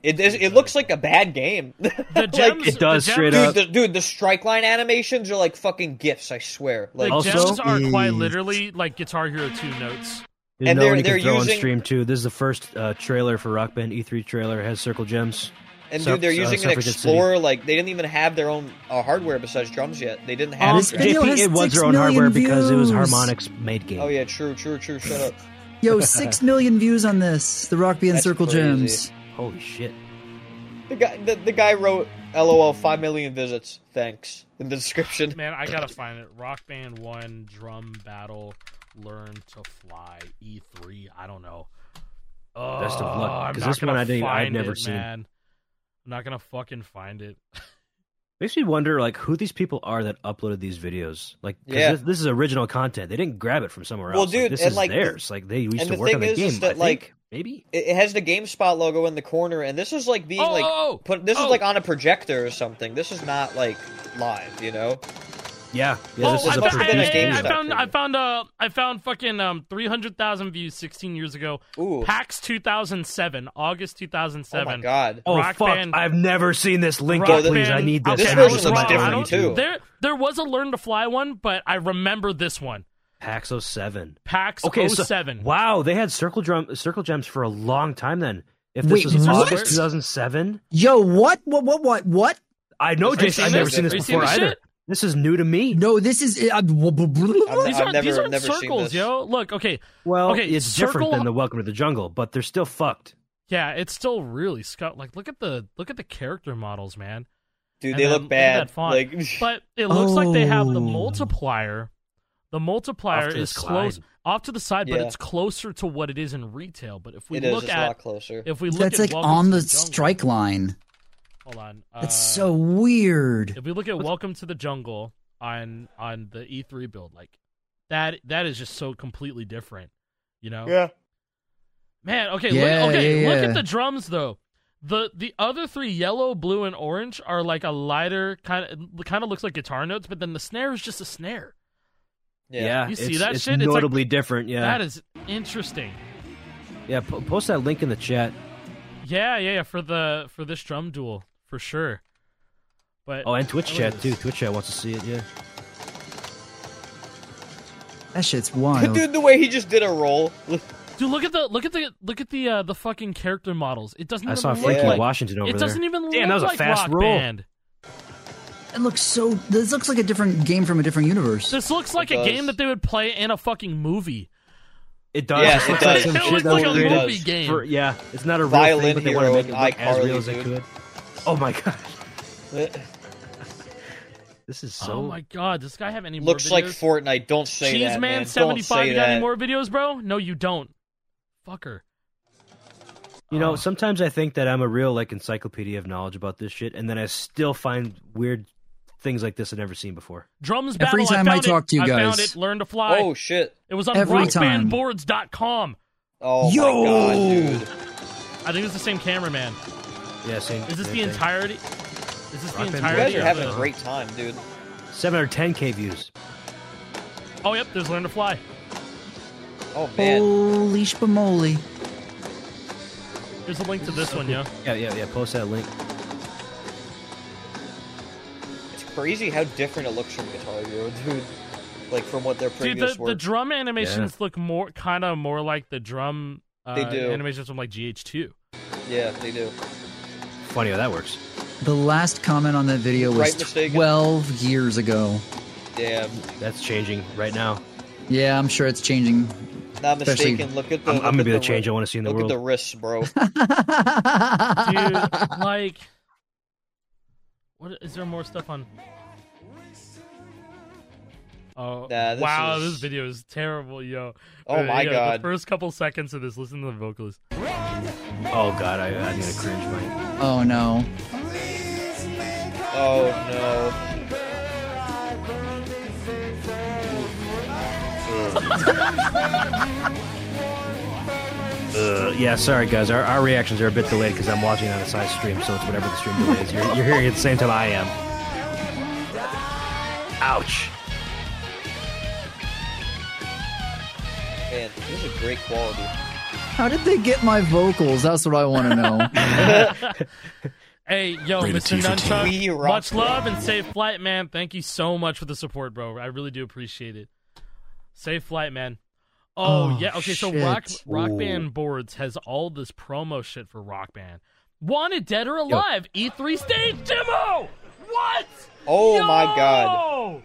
It is, it looks like a bad game. <laughs>
The
Like,
gems,
it does
the gems,
straight
dude,
up.
the, dude, the strike line animations are like fucking gifts. I swear.
The
Like
Also-
gems are quite
Mm.
literally like Guitar Hero two notes.
You
and
know
they're-
when you
they're
can throw
using-
on stream too. This is the first uh, trailer for Rock Band E3 trailer. It has circle gems.
And
Suff-
dude, they're
uh,
using an
Suffragette City.
Explorer. Like they didn't even have their own uh, hardware besides drums yet. They didn't have.
Um,
This video
JP,
has
it was
six
their own
million
hardware because it was
views.
Harmonix made game.
<laughs> oh yeah, true, true, true. Shut up.
Yo, six million views on this. The Rock Band
That's
Circle
crazy.
Gems.
Holy shit!
The guy, the, the guy wrote, "LOL, five million visits. Thanks." In the description.
Man, I gotta find it. Rock Band one drum battle. Learn to fly E three. I don't know. Oh,
Best of luck,
I'm
'cause
not
this one
gonna
I didn't- I've
find
never
it,
seen.
Man. I'm not gonna fucking find it.
Makes me wonder like who these people are that uploaded these videos. Like 'cause
Yeah.
this, this is original content. They didn't grab it from somewhere
Well,
else.
dude,
like, this
and,
is
like,
theirs. Like they used
and
to
the
work on
thing
the
is, is
game.
that,
I think.
like,
maybe
It, it has the GameSpot logo in the corner, and this is like being
oh,
like
oh, oh,
put. This
oh.
is like on a projector or something. This is not like live, you know. Oh
yeah yeah.
Oh,
this is
I,
a
found, I,
been
produced
a
I,
game.
I
GameStop
found, I
video.
found, uh, I found fucking um, three hundred thousand views sixteen years ago.
Ooh,
PAX two thousand seven, August two thousand
oh my
seven.
god.
Oh
Rock
fuck!
Band-
I've never seen this link.
Rock
up, please,
Band-
I need this.
This
I
Okay,
need
version
this
I
on
was
my
looks
wrong. I
phone.
different
don't-
too.
There, there was a learn to fly one, but I remember this one.
PAX 07.
PAX
Okay, so-
07.
Wow, they had circle drum circle gems for a long time then. If this
Wait,
was
what?
August 2007,
Yo, what? What? What? What? What?
I know,
Have
you
Jason.
seen
I've never
this?
seen this
Have you seen
before
this
either.
shit?
This is new to me.
No, this is. Uh, blah, blah, blah, blah,
I'm-
blah.
I've
These aren't, these
never-
aren't
never seen
circles,
this.
yo. Look, okay.
Well,
Okay,
it's different
circle-
than the Welcome to the Jungle, but they're still fucked.
Yeah, it's still really scut. Like, look at the look at the character models, man.
Dude,
And
they
then
look
look at
bad.
that font.
Like, <laughs>
But it looks like they have the
Oh.
multiplier. The multiplier
Off to the
is close
side.
off to the side, but
Yeah.
it's closer to what it is in retail.
<laughs>
But if we
it is
look
it's a
at
lot closer.
if we look
That's
at
like
Welcome
on
to
the
Jungle-
strike line.
Hold on, uh,
That's so weird.
If we look at Welcome to the Jungle on on the E3 build, like that that is just so completely different, you know?
Yeah.
Man, okay,
Yeah,
look, okay,
yeah,
look
yeah.
at the drums though. The the other three, yellow, blue, and orange, are like a lighter kind of kind of looks like guitar notes, but then the snare is just a snare.
Yeah. <laughs>
You see
it's,
that
it's
shit? It's like-
notably different. Yeah,
That is interesting.
yeah. Po- post that link in the chat.
Yeah, yeah, yeah. For the for this drum duel, for sure. But
Oh, and Twitch
Look
chat
at
too.
this.
Twitch chat wants to see it. Yeah.
That shit's wild.
Dude, the way he just did a roll.
dude, look at the look at the look at the uh, the fucking character models. It doesn't.
I
even
saw
look
Frankie
like,
Washington over
It doesn't
there.
even
Damn,
look
that was a
like
fast
Rock
roll.
Band.
It looks so. This looks like a different game from a different universe.
This looks like a
does.
game that they would play in a fucking movie.
It does.
Yeah,
This
it
looks like
does.
some
<laughs> it
shit
looks
that
like a
was created
movie
does.
game.
for- yeah, it's not a real
Violin
thing, but they want to
Hero
make it look as
and iCarly,
real as they
dude.
could. Oh my god, this is so.
oh my god, does this guy have any more
Looks like
videos?
Fortnite. Don't say
Cheese
that,
Man
man.
seventy
Don't
five.
say
You got
that.
any more videos, bro? No, you don't. Fucker.
You know,
Oh.
sometimes I think that I'm a real like encyclopedia of knowledge about this shit, and then I still find weird things like this I've never seen before.
Drums
Every
battle.
time I
found it.
talk to you
I found
guys.
it. Learn to fly.
Oh shit.
it was on
every time.
rockbandboards.com.
Oh
Yo!
my god, dude.
I think it's the same cameraman.
Yeah, same.
Is this
same
the
thing.
entirety? Is this
Rock
the
Band
You
entirety?
guys
Already
are
of
having a
the-
great time, dude.
710k views?
Oh yep, there's Learn to Fly.
Oh man.
Holy spamoli.
Here's a link to this
<laughs>
one, yo.
Yeah, yeah, yeah. Post that link.
It's crazy how different it looks from Guitar Hero, <laughs> dude. Like from what their
Dude,
previous
the,
were.
the drum animations look more kind of more like the drum uh,
They do.
animations from like GH2.
yeah, they do.
Funny how that works.
The last comment on that video was
Right mistake.
12 years ago.
Damn.
That's changing right now.
Yeah, I'm sure it's changing. <laughs>
Not
Especially-
mistaken. Look at the.
I'm,
look
I'm gonna
at
be the
ri-
change I want to see in the
Look
world.
at the
<laughs>
wrists, bro.
Oh,
Dude, like what is there more stuff on Oh
Nah, this
wow,
is-
this video is terrible, yo.
Oh
Uh,
my
yeah,
God.
The first couple seconds of this, listen to the vocalist.
Oh god, I, I'm gonna cringe. My
oh no.
Oh Oh no.
Uh, yeah, sorry guys, our, our reactions are a bit delayed because I'm watching on a side stream, so it's whatever the stream delay is. You're, you're hearing it at the same time I am. Ouch!
Man, this is great quality.
How did they get my vocals? That's what I want to <laughs> know.
Hey, yo,
Rated
Mr.
T for teen.
We
Nunchuck.
rock
Uh, Much love and safe flight, man. Thank you so much for the support, bro. I really do appreciate it. Safe flight, man. Oh,
Oh,
yeah. Okay, so
shit.
Rock Rock
Ooh.
Band Boards has all this promo shit for Rock Band. Wanted Dead or Alive, E3 stage demo! What?
Oh my god.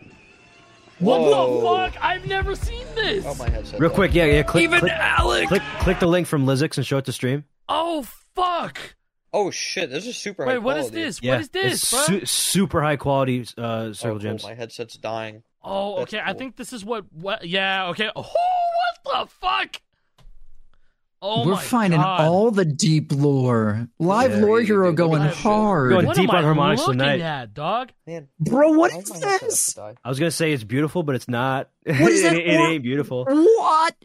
What
Whoa.
the fuck? I've never seen this.
Oh my headset.
Real
died.
quick, yeah, yeah. Click,
Even
click,
Alec.
click, click the link from Lizix and show it to stream.
Oh fuck.
Oh shit, this is super
Wait,
high
what is
quality.
this?
Yeah,
What is this?
It's
bro?
su- super high quality uh,
Oh,
circle
cool,
gems.
My headset's dying.
Oh,
That's
okay. I
cool.
think this is what. What? Yeah. Okay. Oh, what the fuck? Oh
We're
my
finding
God.
all the deep lore. Live
Yeah,
lore
you
hero
do.
going
Look at that shit.
hard.
Going
What
deep
am
on
I
harmonics
looking
tonight.
at, dog?
Man.
Bro, what
Oh
why
is
my headset
this?
die?
I was gonna say it's beautiful, but it's not. <laughs>
What is that
it, it
or-
ain't beautiful.
What?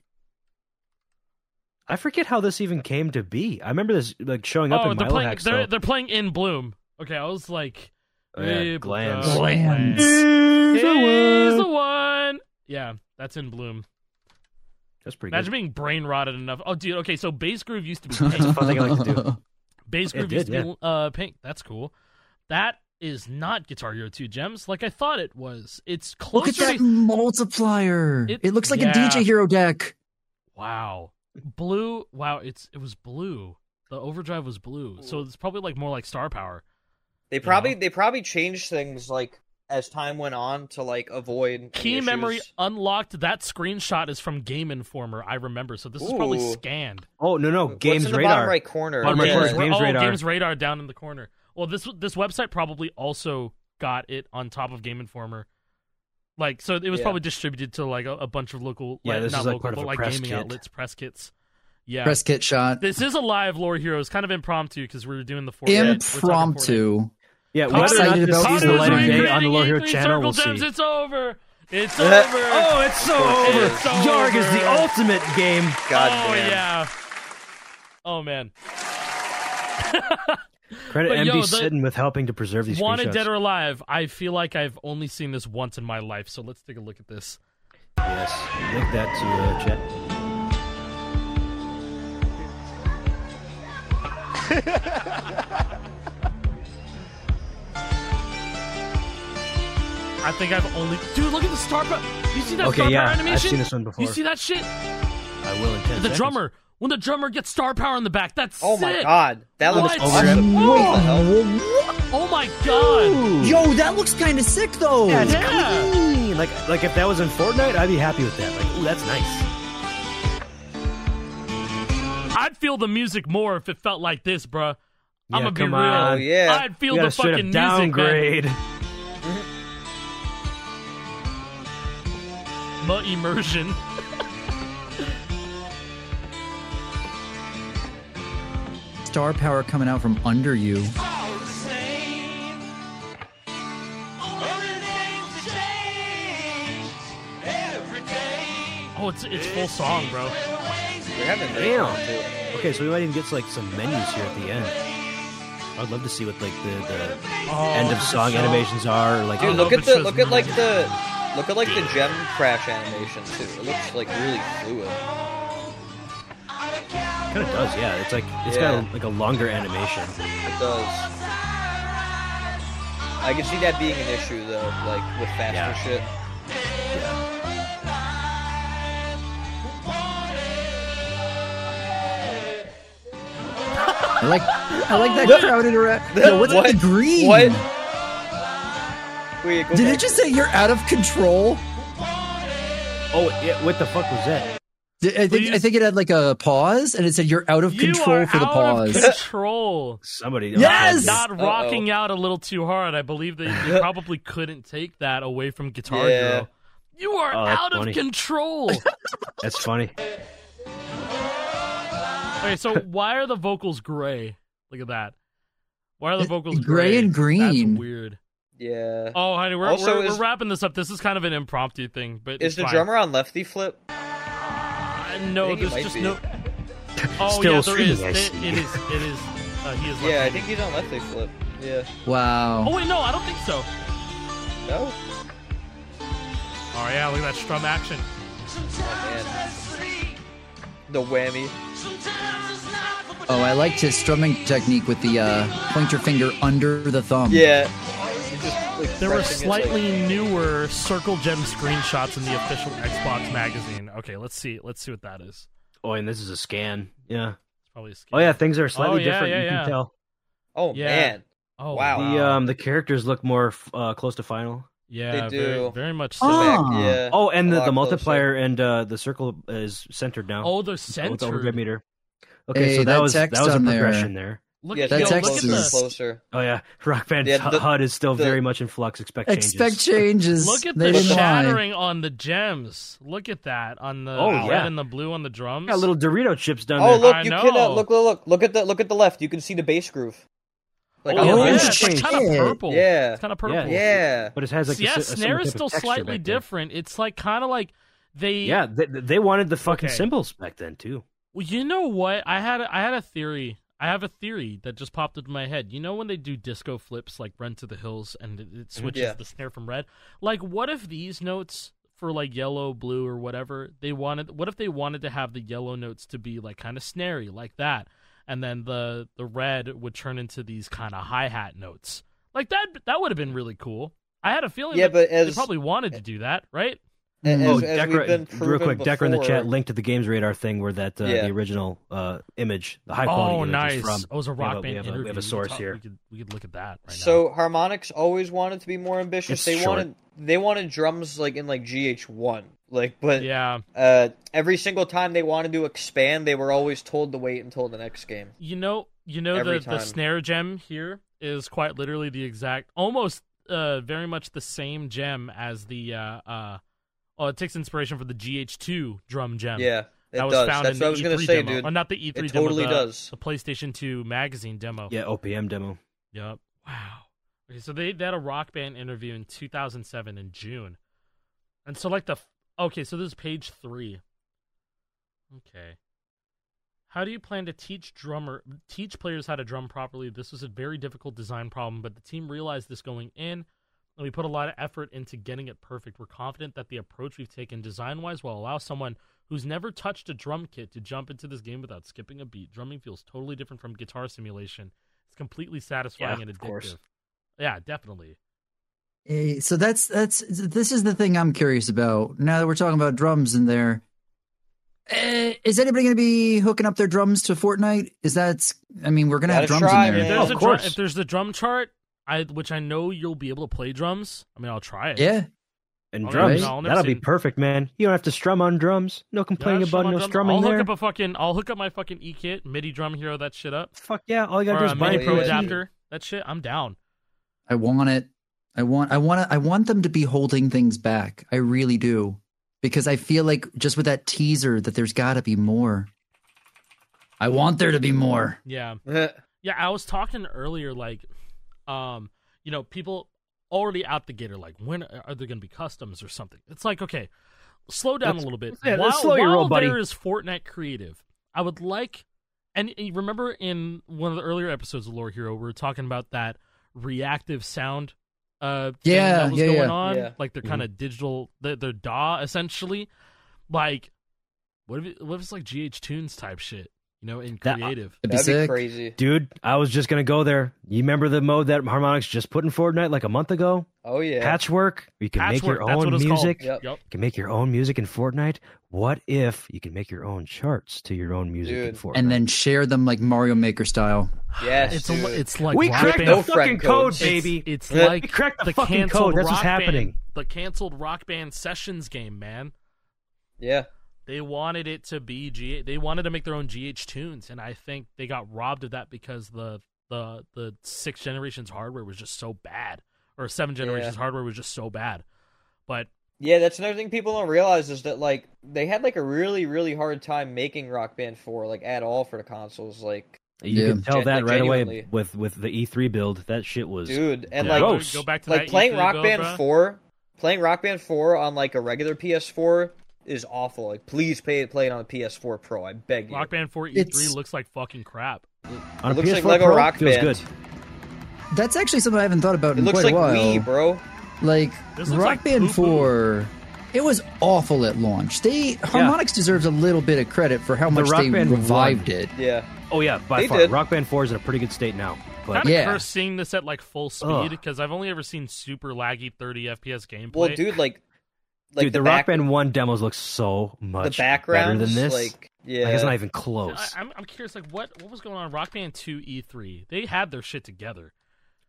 I forget how this even came to be. I remember this like showing up
oh,
in
they're
Milo
playing.
Hacks,
They're,
though.
they're playing in bloom. Okay, I was like,
Oh, yeah,
eh,
Glands.
uh,
Glands.
Here's a
Here's
one.
the one. Yeah, that's in bloom.
That's pretty
Imagine
good.
being brain rotted enough. Oh, dude. Okay, so bass groove used to be
a
<laughs>
pink.
fun thing I like to do.
bass
It
groove
did,
used to be uh, pink. That's cool. That is not Guitar Hero 2 gems like I thought it was. It's closer.
Look at that
to-
multiplier.
It-
It, looks like
yeah.
a DJ Hero deck.
Wow. Blue. Wow. It's it was blue. The overdrive was blue, so it's probably like more like star power.
They probably they probably changed things like as time went on to like avoid any
Key memory
issues.
unlocked. That screenshot is from Game Informer. I remember. So this is probably
Ooh.
scanned.
Oh no no,
What's
games
in the
radar.
bottom right corner.
Bottom right
Yeah.
corner,
Games,
Games
oh,
Radar.
Games Radar down in the corner. Well, this this website probably also got it on top of Game Informer. Like so, it was
Yeah.
probably distributed to like a, a bunch of local,
Yeah,
like,
this
not
is, like,
local,
part of
but
a
like
press
gaming
kit.
outlets, press kits. Yeah,
Press kit shot.
this is a live lore heroes, kind of impromptu because we were doing the Fortnite. we're talking Fortnite.
Impromptu.
Yeah, whether or
How
not this
excited about
sees
these
the light of
lines.
day on the Low Hero
Creating E3
channel, we'll
Circle Gems,
see.
It's over.
<laughs>
It's over.
Oh, it's so
It's
over.
over.
Yarg is the ultimate game.
God
oh
damn.
yeah. Oh man.
Credit
But yo,
MD
the-
Sitten with helping to preserve these
Wanted
screenshots.
Dead or Alive. I feel like I've only seen this once in my life, so let's take a look at this.
Yes, link that to uh, chat.
I think I've only Dude, look at the star power. You see that
Okay,
star
yeah,
power
I've
animation?
seen this one before.
You see that shit?
I will in ten
The
seconds.
drummer. When the drummer gets star power in the back, that's
Oh
sick.
my god, that
What?
looks
It's
awesome.
Whoa.
What the hell?
Oh my god.
Yo, that looks kind of sick though.
Yeah.
Clean. Like, like if that was in Fortnite, I'd be happy with that. Like, ooh, that's nice.
I'd feel the music more if it felt like this, bruh. I'm
Yeah,
gonna be
come
real.
on. Oh,
yeah.
I'd feel
You got
the
a straight
fucking
up
music, man.
downgrade.
But immersion.
Star power coming out from under you.
Oh, it's it's full song, bro.
They're having great
Damn.
fun, too.
Okay, so we might even get to, like some menus here at the end. I'd love to see what like the, the
Oh,
end of song animations are. Or, like,
I
Dude,
don't
look at
know if
the
it
look
shows
at like the look at like the gem crash animation too. It looks like really fluid.
kind of does. Yeah, it's like it's
Yeah.
got a, like a longer animation.
It does. I can see that being an issue though, like with faster
Yeah.
<laughs>
shit.
I like, I like that crowded around. Yo, what's
What?
the green?
What? Wait, go
Did
back.
it just say you're out of control?
Oh, yeah, what the fuck was that?
Did- I think, I
Please.
think it had like a pause, and it said you're out of
You
control
are
for the
out
pause.
Of control.
Somebody. oh,
Yes!
Not
Uh-oh.
rocking out a little too hard. I believe that you probably couldn't take that away from Guitar
Yeah.
Hero. You are
Oh, that's
out
funny.
<laughs>
of control.
That's funny.
okay, so why are the vocals gray? Look at that. Why are the vocals
Gray and green.
That's weird.
Yeah.
Oh, honey, we're,
Also,
we're,
is-
we're wrapping this up. This is kind of an impromptu thing, but
Is
it's
the
fine.
drummer on Lefty Flip?
Uh,
I
no,
think it
there's
might
just
be.
no.
<laughs>
Oh
Still
yeah, there is.
streaming, I
It-
see.
it is. It is. Uh, he is.
Yeah, I
left-handed.
think he's on Lefty Flip. Yeah.
Wow.
Oh wait, no, I don't think so.
No?
Oh yeah, look at that strum action.
The whammy.
Oh, I liked his strumming technique with the uh, pointer finger under the thumb.
Yeah. You're just, like,
There were
pressing it, like-
slightly newer Circle Gem screenshots in the official Xbox magazine. Okay, let's see. Let's see what that is.
Oh, and this is a scan. Yeah.
It's probably a skin.
Oh yeah, things are slightly
yeah,
different.
yeah,
you
yeah.
can tell.
oh
Yeah.
man.
Oh,
Wow.
The um the characters look more f- uh, close to final.
yeah,
they
Very,
do.
very much so.
The
Oh.
back-
Ah.
Yeah.
Oh, and
A
the,
lot
the
closer.
multiplier and uh, the circle is centered now.
Oh, they're
Oh, it's over
centered.
grid meter. Okay,
Hey,
so that,
that
was that
text
was a
on there.
progression there.
Look,
yeah,
at-
That
yo,
it's getting
text
look at
closer and
is-
the
closer.
Oh yeah, <laughs> Rock Band
Yeah,
hu-
the-
HUD is still
the-
very much in flux. Expect changes.
Expect changes.
look at
They
the
didn't lie.
shattering on the gems. Look at that on the
Oh,
red
yeah.
and the blue on the drums.
Got little Dorito chips down
Oh
there.
look,
I
you can uh,
know.
look, look, look, look at the look at the left. You can see the bass groove. Like
oh,
on the
yeah,
right.
bass
it's like
change.
kind of
Yeah.
purple.
Yeah.
it's kind of purple.
Yeah.
But it has like
yeah,
a, si- a
snare
similar
is
type
still
of texture
slightly
back there.
different. It's like kind of like they.
Yeah, they, they wanted the fucking
Okay.
symbols back then too.
Well, you know what? I had a, I had a theory. I have a theory that just popped into my head. You know when they do disco flips like Run to the Hills and it, it switches
Mm-hmm. Yeah.
the snare from red? Like what if these notes for like yellow, blue or whatever, they wanted what if they wanted to have the yellow notes to be like kind of snary like that and then the the red would turn into these kind of hi-hat notes. Like that that would have been really cool. I had a feeling
Yeah,
that
but
they
as,
probably wanted to do that, right?
a- as,
oh,
as
Decker,
we've been
real
proven
quick, Decker in the
before-
chat linked to the Games Radar thing where that uh,
Yeah.
the original uh, image, the high
oh,
quality image
nice.
is from.
Oh, it was a
We have
rock
a- we
band
have a- we
interview.
have a
could
source
talk-
here.
We could, we could look at that right now.
So harmonics always wanted to be more ambitious.
It's
they
short.
wanted they wanted drums like in like GH1. Like but
Yeah.
uh every single time they wanted to expand, they were always told to wait until the next game.
You know, you know
Every
the, the
time.
snare gem here is quite literally the exact almost uh very much the same gem as the uh uh oh, it takes inspiration from the GH2 drum gem.
Yeah. It
that was
does.
found
That's
in
what
the
I was gonna
E3
say,
demo.
dude.
Oh, not the E3
It
demo.
totally
the,
does.
The PlayStation 2 magazine demo.
Yeah, OPM demo.
Yep. Wow. Okay, so they, they had a rock band interview in 2007 in June. And so, like, the. f- Okay, so this is page three. Okay. How do you plan to teach drummer teach players how to drum properly? This was a very difficult design problem, but the team realized this going in, and we put a lot of effort into getting it perfect. We're confident that the approach we've taken design wise will allow someone who's never touched a drum kit to jump into this game without skipping a beat. Drumming feels totally different from guitar simulation. It's completely satisfying
Yeah,
and
of
addictive.
course.
Yeah, definitely.
Eh, So that's that's this is the thing I'm curious about. Now that we're talking about drums in there, eh, is anybody going to be hooking up their drums to Fortnite? Is that? I mean, we're going to have
Gotta
drums
try,
in there.
If
man.
there's,
Oh, of
a dru-
course.
if there's the drum chart, I which I know you'll be able to play drums. I mean, I'll try it.
Yeah,
And
I'll
drums.
never- I'll never
That'll be
seen-
perfect, man. You don't have to strum on drums. No
Yeah,
complaining
strum
about
on
no
drums.
strumming
I'll
there.
hook up a fucking. I'll hook up my fucking e kit, MIDI drum hero, that shit up,
Fuck yeah! All you
or
gotta do
a
is buy
MIDI
a
pro
key.
USB.
adapter. That shit, I'm down.
I want it. I want. I want. I want them to be holding things back. I really do, because I feel like just with that teaser that there's got to be more. I want there to be more.
Yeah,
<laughs> yeah,
yeah. I was talking earlier, like, um, you know, people already out the gate are like, when are there going to be customs or something? It's like, okay, slow down
Let's-
a little bit.
yeah, let's
while
slow your
while
roll, buddy.
there is Fortnite creative, I would like, and and you remember in one of the earlier episodes of Lore Hero, we were talking about that reactive sound. Uh, thing
Yeah,
that was
yeah,
going
yeah.
on,
Yeah.
like
Mm-hmm.
they're kind of digital, they're, they're DAW essentially. Like, what if it, what if it's like GH Tunes type shit? You know, in
That- uh,
creative.
It'd be
that'd be
sick.
crazy.
Dude, I was just gonna go there. You remember the mode that Harmonix just put in Fortnite like a month ago?
Oh yeah.
Patchwork. You can make
Patchwork,
your
that's what
own
it's called.
music.
Yep.
Yep.
You can make your own music in Fortnite. What if you can make your own charts to your own music in
Dude.
Fortnite?
And then share them like Mario Maker style.
<sighs> Yes.
It's a,
dude.
li- it's like
we
Rock
cracked
Band.
the
No
fucking
friend
code,
codes.
baby.
It's, it's
Yeah.
like
We cracked the fucking
canceled
code. That's what's
Rock Band-
happening.
the canceled Rock Band Sessions game, man.
yeah.
They wanted it to be G. They wanted to make their own GH tunes, and I think they got robbed of that because the the the sixth generation's hardware was just so bad, or seven generations hardware was just so bad. But
Yeah, that's another thing people don't realize is that like they had like a really really hard time making Rock Band 4 like at all for the consoles like
You
Yeah.
can tell
Gen-
that
like,
right away
genuinely.
with with the E3 build. That shit was
dude. And
Yeah.
like,
Gross.
go back to
like
that
playing
E3
Rock
build,
Band
bruh.
Four, playing Rock Band Four on like a regular PS4 is awful. Like, please play play it on a PS4 Pro. I beg you.
Rock Band 4 E3
It's-
looks like fucking crap.
on a
It looks like
PS4
Lego
Pro,
Rock
feels
Band.
good.
That's actually something I haven't thought about
it
in
looks
quite
like
a while.
Wii, bro.
Like
This looks
Rock
like
Band
poo-poo.
Four, it was awful at launch. They Harmonix deserves a little bit of credit for how
The
much
Rock
they
Band
revived
one.
it.
Yeah,
Oh yeah, by
They
far.
did.
Rock Band 4 is in a pretty good state now. But
Kind of
Yeah.
cursed seeing this at like full speed
Ugh.
because I've only ever seen super laggy 30 FPS gameplay.
well, dude, like, like
dude,
the,
the, Rock
back,
Band 1 demos look so
the
much
background,
better than this.
like, yeah,
Like, it's not even
I,
close.
I'm, I'm curious, like what what was going on? Rock Band 2 E3, E they had their shit together.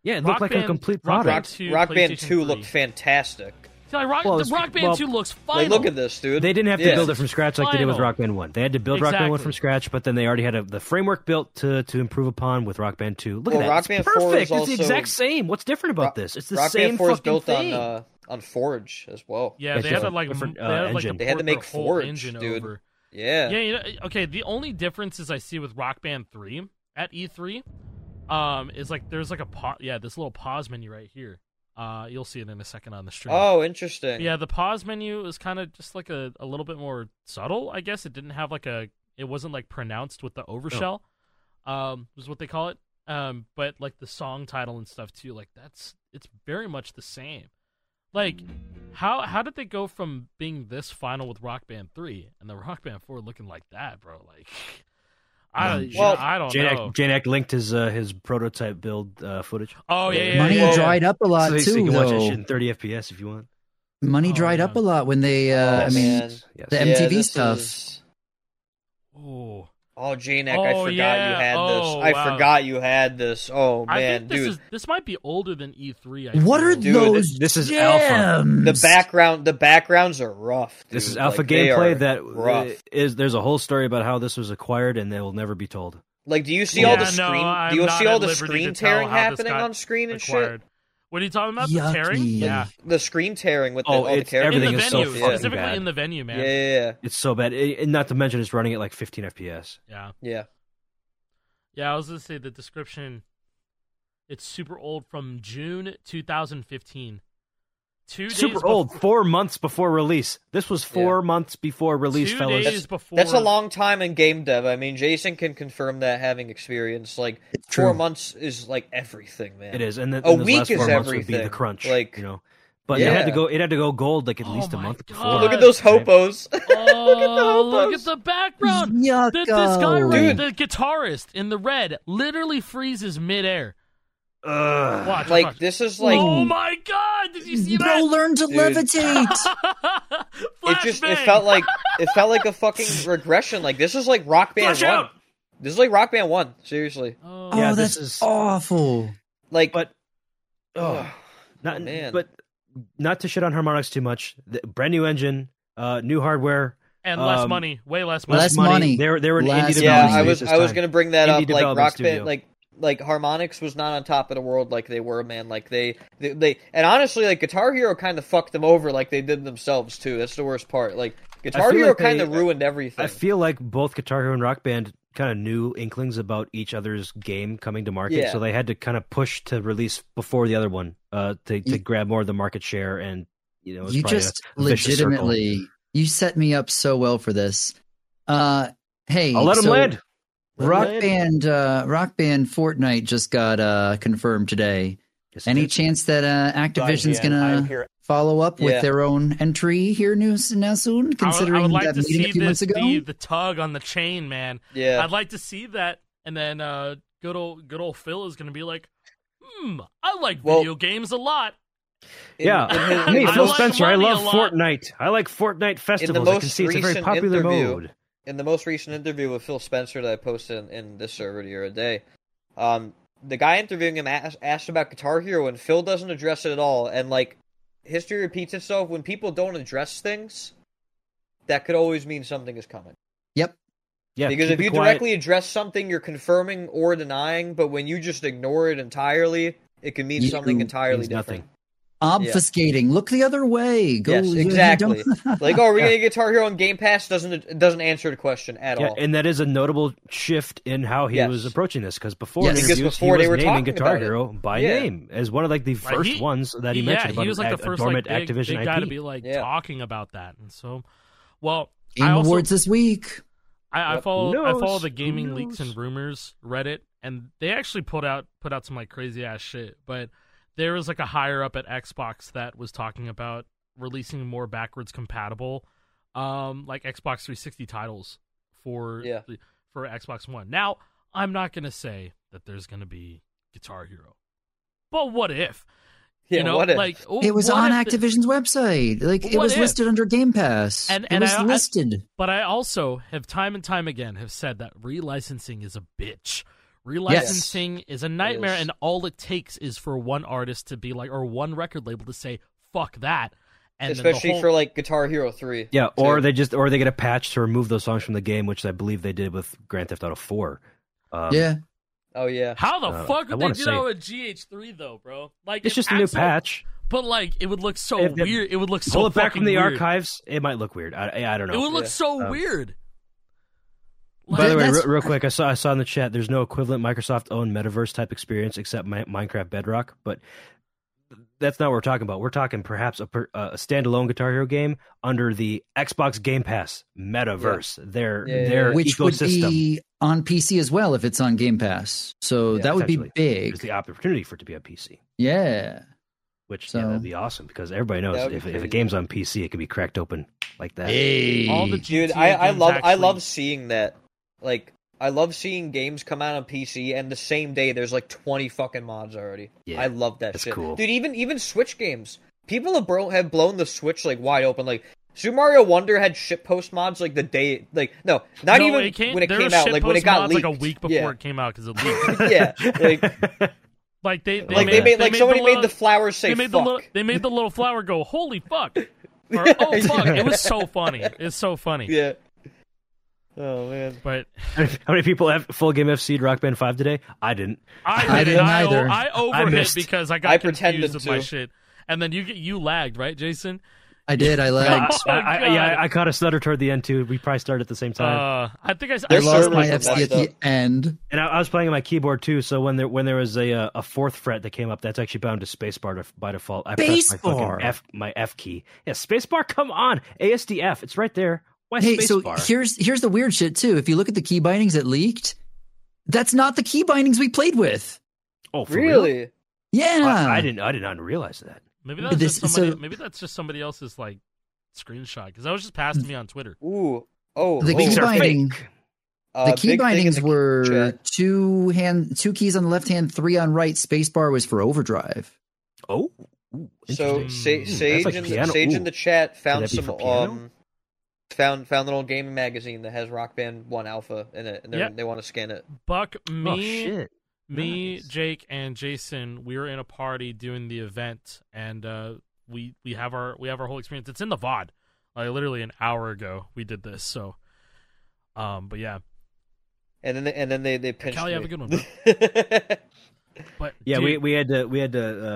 yeah, it
Rock
looked like
Band-
a complete
Rock
product.
Rock,
Two,
Rock Band
PlayStation
Two
three.
looked fantastic.
See, like, Rock,
Well,
the
it's-
Rock Band
well,
2 looks final.
Like, look at this, dude.
They didn't have to
Yeah.
build it from scratch like they did with
Final.
Rock Band One. They had to build Rock Band One from
Exactly.
scratch, but then they already had a, the framework built to to improve upon with Rock Band Two. Look
Well,
at that,
Rock
It's
Band 4 is
perfect.
also-
it's the exact same. What's different about
Rock-
this? It's the
Rock
same
Band Four is
fucking
built
thing.
on uh, on Forge as well.
Yeah,
Yeah,
they had to
different-
like m-
different,
they
uh,
had, like,
engine.
to
They
had to
port
make
their whole
Forge,
engine
dude.
over.
Yeah,
Yeah, you know, okay. The only differences I see with Rock Band three at E three, um, is like there's like a pa- yeah this little pause menu right here. Uh, you'll see it in a second on the stream.
Oh, interesting.
yeah, the pause menu is kind of just like a, a little bit more subtle, I guess. It didn't have like a it wasn't like pronounced with the overshell, um, is what they call it. Um, but like the song title and stuff too, like that's it's very much the same. Like, how how did they go from being this final with Rock Band three and the Rock Band four looking like that, bro? Like, I
Um,
you know,
Well,
I don't know.
Janak, Janak linked his uh, his prototype build uh, footage.
Oh yeah, yeah,
Money
yeah, yeah.
dried up a lot
so,
too,
so you can watch that
though.
shit in 30 FPS if you want.
Money
Oh,
dried
yeah.
up a lot when they. Uh, I
Oh,
mean,
man.
yes.
the
Yeah,
MTV
this
stuff.
is-
Ooh.
Oh, Janek, I
Oh,
forgot you
yeah.
had
Oh,
this. I
wow.
forgot you had this. Oh
I
man,
think this
dude,
is this might be older than E three.
what are
Dude,
those?
this is alpha.
gems?
the background, the backgrounds are rough.
This
dude.
is alpha
Like, they are
gameplay that uh,
rough.
is- There's a whole story about how this was acquired, and they will never be told.
Like, do you see
Yeah,
all the
no,
screen?
I'm
do you
not
see all
at
the
liberty
screen
to tell
tearing
how this
happening
got
on screen and
acquired. What are you talking about? The tearing?
Yucky.
Yeah.
shit? The screen tearing with
Oh,
the, all the
it's
characters.
Everything
in the
is so
venue,
fucking
yeah.
specifically
bad.
in the venue,
yeah,
man. Yeah.
yeah, yeah,
It's so bad, It- and not to mention it's running at like 15 FPS.
yeah,
yeah.
I was gonna say the description. It's super old from June 2015. Two days
Super
bef-
<laughs>
old. Four months before release. This was four months before release,
two
fellas.
days before.
That's a long time in game dev. I mean, Jason can confirm that having experience. Like
It's
four
true.
months is like everything, man.
It is, and then
A
and those
week
last
is
four months would be the
everything,
crunch,
like-
like you know. But it had to
Yeah.
go. It had to go gold like at
Oh
least a
my
month
God.
before.
Look at those
Right?
hopos. <laughs>
Oh, look
hopos.
at the background.
Yucko.
The, this guy, right,
Dude.
the guitarist in the red, literally freezes midair.
Ugh.
Watch,
like
watch.
this is like
oh my god! Did you see
Bro,
that?
learn to
<laughs>
Dude.
levitate.
<laughs>
it
Flashbang.
just it felt like it felt
<laughs>
like a fucking regression. Like this is like Rock Band
Flash
One.
out!
This is like Rock Band One. Seriously,
Oh,
oh,
Yeah,
that's
this is-
awful.
like
But oh, not
Man.
But not to shit on Harmonix too much. The, brand new engine, uh, new hardware,
and less
um,
money, way less money.
Less money.
They were they were an
Less
indie
money.
yeah,
development
I
stage
was
this
I was
time.
gonna bring that
Indie
up. Like
development
Rock
studio.
Band, like like Harmonix was not on top of the world like they were, man. Like they, they they and honestly, like Guitar Hero kind of fucked them over, like they did themselves too. That's the worst part. Like Guitar
feel
Hero
like they- uh,
kind of ruined everything.
I feel like both Guitar Hero and Rock Band kind of knew inklings about each other's game coming to market,
Yeah.
so they had to kind of push to release before the other one uh, to, to
You-
grab more of the market share. And you know, it was
you
probably a
just
vicious circle.
legitimately you set me up so well for this. Uh, hey,
I'll let them
so
lead.
Rock
Let 'em
band, uh, rock band, Fortnite just got uh, confirmed today.
Yes, it
Any
is.
chance that uh, Activision's gonna follow up
Yeah.
with their own entry here new, now soon?
I would-
Considering
I would, like
that
to
meeting
see
a few
this
months ago,
be the tug on the chain, man.
yeah,
I'd like to see that, and then uh, good old good old Phil is gonna be like, "Hmm, I like
Well-
video games a lot."
In- <laughs>
yeah.
in his-
Hey,
in
I
Phil
his-
like
Spencer, <laughs> I
money a
love
lot.
Fortnite. I like Fortnite festivals. I
most
can see it's a very
recent
popular
interview-
mode.
in the most recent interview with Phil Spencer that I posted in, in this server the other day, um, the guy interviewing him asked, asked about Guitar Hero, and Phil doesn't address it at all. And like, history repeats itself. When people don't address things, that could always mean something is coming.
yep,
Yeah,
because
keep
if
it
you
quiet.
directly address something, you're confirming or denying. But when you just ignore it entirely, it can mean
You-
something entirely
means
different.
nothing.
obfuscating. Look the other way. Go
yes,
you <laughs>
exactly.
don't-
like, oh, are we getting Guitar Hero on Game Pass? Doesn't it doesn't answer the question at
Yeah,
all?
and that is a notable shift in how he
Yes.
was approaching this because before
Yes.
in
Because
interviews,
before
he
they
was
were
naming
talking
Guitar
about it.
Hero by
Yeah.
name as one of like the
Right,
first
he-
ones that he
yeah,
mentioned about
he was
an
like
ad-
the first
a
like,
dormant
big,
Activision
big
IP.
guy to be like
Yeah.
talking about that, and so, well,
Game
I also
Awards this week.
I, I
Yep.
follow
Who
I follow
knows?
the
Who
gaming leaks
knows?
and rumors Reddit, and they actually put out put out some like crazy ass shit. But there was like a higher up at Xbox that was talking about releasing more backwards compatible, um, like Xbox 360 titles for
Yeah.
the- for Xbox One. Now I'm not gonna say that there's gonna be Guitar Hero, but what if?
yeah,
you know,
what if?
like oh,
It was
what
on
if the-
Activision's website. Like it
What
was
if?
listed under Game Pass.
And-
it
and
was
I- I-
listed.
But I also have time and time again have said that relicensing is a bitch. Relicensing is a nightmare,
is.
and all it takes is for one artist to be like, or one record label to say, "Fuck that," and then the
especially
whole-
for like Guitar Hero Three.
Yeah,
too.
or they just or they get a patch to remove those songs from the game, which I believe they did with Grand Theft Auto Four. Um,
yeah.
oh yeah,
how the
Uh,
fuck
I
would they
wanna
do
say-
that with GH3 though, bro? Like
it's
if
just a new
Axel-
patch.
but like it would look so
If they
weird. It would look so
Pull it back
fucking
from the
weird.
archives. It might look weird. I, I- I don't
It
know.
would look
Yeah.
so
Um,
weird.
By the way,
That's-
real, real quick, I saw I saw in the chat. There's no equivalent Microsoft-owned metaverse type experience except Mi- Minecraft Bedrock, but that's not what we're talking about. We're talking perhaps a, per, uh, a standalone Guitar Hero game under the Xbox Game Pass metaverse. Their
Yeah, yeah,
their
yeah.
which would
ecosystem
be on PC as well if it's on Game Pass. So
Yeah,
that would be
potentially. There's
big.
the opportunity for it to be on PC,
yeah.
which
So-
yeah, that'd be awesome because everybody knows
That would be
if, if a
crazy.
game's on PC, it can be cracked open like that.
All the GTA
dude, I, I
games
love I
actually-
love seeing that. Like, I love seeing games come out on PC, and the same day there's like twenty fucking mods already.
Yeah,
I love that
that's
shit,
cool.
dude. Even even Switch games, people have bro- have blown the Switch like wide open. Like Super Mario Wonder had shitpost mods like the day, like no, not
No,
even
it came,
when it
there
came
was
out, like when it
shitpost
got
mods,
leaked
like a week
<laughs>
before
Yeah.
it came out because it leaked.
yeah, like
Like they, they
like
made,
they made like
made
somebody
the
made
little-
the flowers say
they made
fuck.
the little they made the little flower go holy
<laughs>
fuck or, oh fuck it was so funny it's so funny
yeah. Oh man.
but
<laughs> How many- how many people have full game FC Rock Band Five today? I didn't.
I did
I
it
didn't
I, o-
either.
I
I
overhit
missed.
because I got
I
confused
pretended
with my
to.
shit and then you get you lagged right Jason
I did. I lagged.
Oh,
I, I,
God.
yeah, I- I caught a stutter toward the end too. We probably started at the same time,
uh I think I, s- I
I
Their
lost
servers
my
were
FC at
messed
the
up.
end.
and I, I was playing on my keyboard too. So when there when there was a uh, a fourth fret that came up, that's actually bound to spacebar to, by default. I pressed my fucking
Spacebar.
F my F key. Yeah, spacebar. Come on, ASDF. It's right there. Why
Hey, so
spacebar?
here's here's the weird shit too. If you look at the key bindings that leaked, that's not the key bindings we played with.
oh, for real?
Really?
Yeah,
I, I didn't. I did not realize that.
maybe that's
This-
just somebody
so-
maybe that's just somebody else's like screenshot because that was just passed to me on Twitter
Ooh. Oh.
The
oh,
key
These are
binding-
fake.
uh,
the key
big thing in
bindings
the
were
chat.
two hand, two keys on the left hand, three on right. Spacebar was for overdrive.
Oh,
So
Interesting. Hmm,
Sa-
Ooh,
that's
Sage,
like
in, the,
piano.
Sage
Ooh.
in the chat found
that be
some
for piano?
um found found an old gaming magazine that has Rock Band One Alpha in it, and they're-
Yep.
they want to scan it.
Buck me
oh shit.
me,
Nice.
Jake, and Jason, we were in a party doing the event, and uh, we we have our we have our whole experience. It's in the VOD. Like literally an hour ago, we did this. So, um, but yeah,
And then they, and then they they pinched
Callie,
me.
have a good one, bro. but
Yeah,
dude,
we, we had to we had to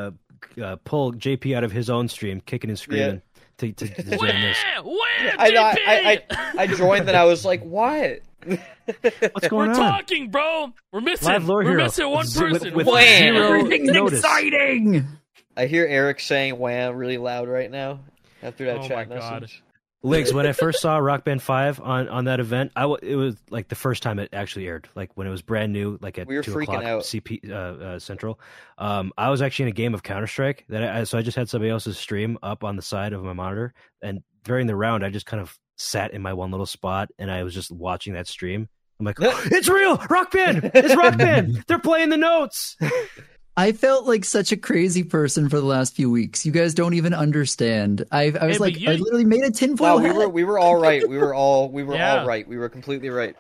uh, uh, pull JP out of his own stream, kicking and screaming to to, to
<laughs> Wah!
join this.
Wah,
<laughs> I, know, I, I
JP!
I I joined and I was like, what?
What's going
we're
on?
talking, bro. We're missing.
Live Lore
we're
Hero.
missing one
Z- with-
person.
with
Wah!
zero-
Everything's
notice.
exciting.
I hear Eric saying "wham" really loud right now after that
Oh
chat
my God.
message.
Links. When I first saw Rock Band Five on on that event, I w- it was like the first time it actually aired, like when it was brand new, like at
We were
two
freaking
o'clock
out.
CP uh, uh, Central. Um, I was actually in a game of Counter Strike that I, I- so I just had somebody else's stream up on the side of my monitor, and during the round, I just kind of sat in my one little spot and I was just watching that stream. I'm
<laughs>
like, it's real, Rock Band, it's Rock Band. They're playing the notes.
I felt like such a crazy person for the last few weeks. You guys don't even understand. I, I was
Hey, but
like,
you-
I literally made a tinfoil
Wow, we
hat.
were we were all right. We were all we were
Yeah.
all right. We were completely right.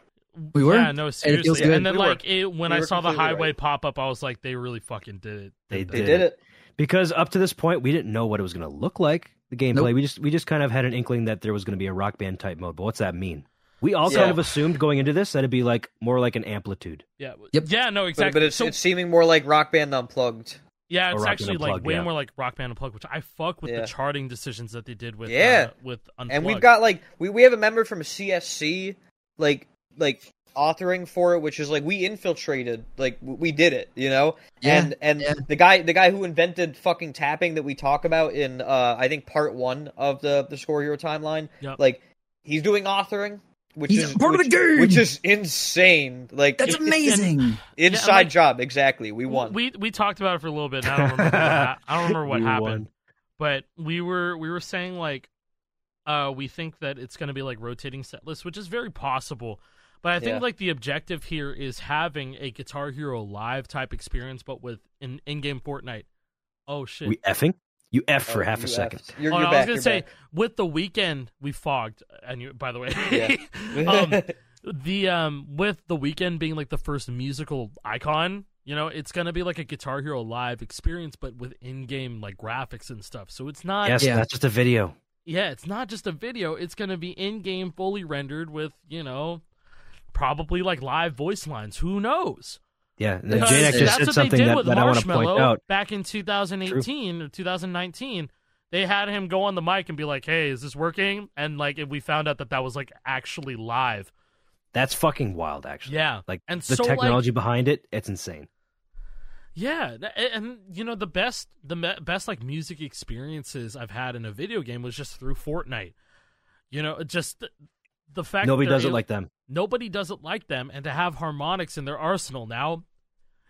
We were?
Yeah, no,
it feels
seriously.
good.
And then
We were.
like it, when
We
I
were
saw the
completely
highway
right.
pop up, I was like, they really fucking did it.
They
They
Yeah.
did it.
because up to this point we didn't know what it was going to look like the gameplay
Nope.
we just we just kind of had an inkling that there was going to be a rock band type mode but what's that mean we all
Yeah.
kind of assumed going into this that it'd be like more like an amplitude
Yeah.
Yep.
Yeah. No.
But,
Exactly.
but it's
So-
it's seeming more like Rock Band Unplugged.
Yeah,
Or
it's
Rock Band
actually like
Unplugged,
way
yeah.
more like Rock Band Unplugged, which I fuck with
Yeah.
the charting decisions that they did with
Yeah.
uh, with Unplugged.
and we've got like we, we have a member from CSC like like authoring for it, which is like we infiltrated, like w- we did it, you know.
Yeah,
and and
yeah.
the guy the guy who invented fucking tapping that we talk about in uh I think part one of the the Score Hero timeline,
Yep.
like he's doing authoring, which
He's
is
a part of
which,
the game!
which is insane. Like
That's
it- it-
amazing.
inside
Yeah, I'm like-
job, exactly. We
W-
<laughs>
won.
We we talked about it for a little bit. And I don't remember. what, ha- I
<laughs>
don't remember what
We
happened,
won.
but we were we were saying like, uh, we think that it's going to be like rotating set lists, which is very possible. But I think
Yeah.
like the objective here is having a Guitar Hero live type experience, but with an in-game Fortnite. Oh shit!
We effing? You f for
Oh,
half a
you
second.
effed. You're,
Oh,
you're
no, I
back.
was gonna
you're
say
back.
with the weekend we fogged. And you, by the way, <laughs>
Yeah.
um, the um with the weekend being like the first musical icon you know it's gonna be like a guitar hero live experience but with in-game like graphics and stuff so it's not
Yes,
Yeah.
that's just a video.
yeah it's not just a video it's gonna be in-game fully rendered with you know probably like live voice lines who knows
Yeah, and
Because
Jadak just
that's
said
what
something
they did
that,
with
that I want to point
Marshmello
out.
back in 2018 or 2019 they had him go on the mic and be like hey is this working and like we found out that that was like actually live
That's fucking wild, actually.
yeah
Like
and
the
so, like-
technology behind it, it's insane.
Yeah, tha- a- and you know the best the me- best like music experiences I've had in a video game was just through Fortnite. You know, it just the, the fact
Nobody
they're
does it
able-
like them.
nobody does it like them, and to have harmonics in their arsenal now,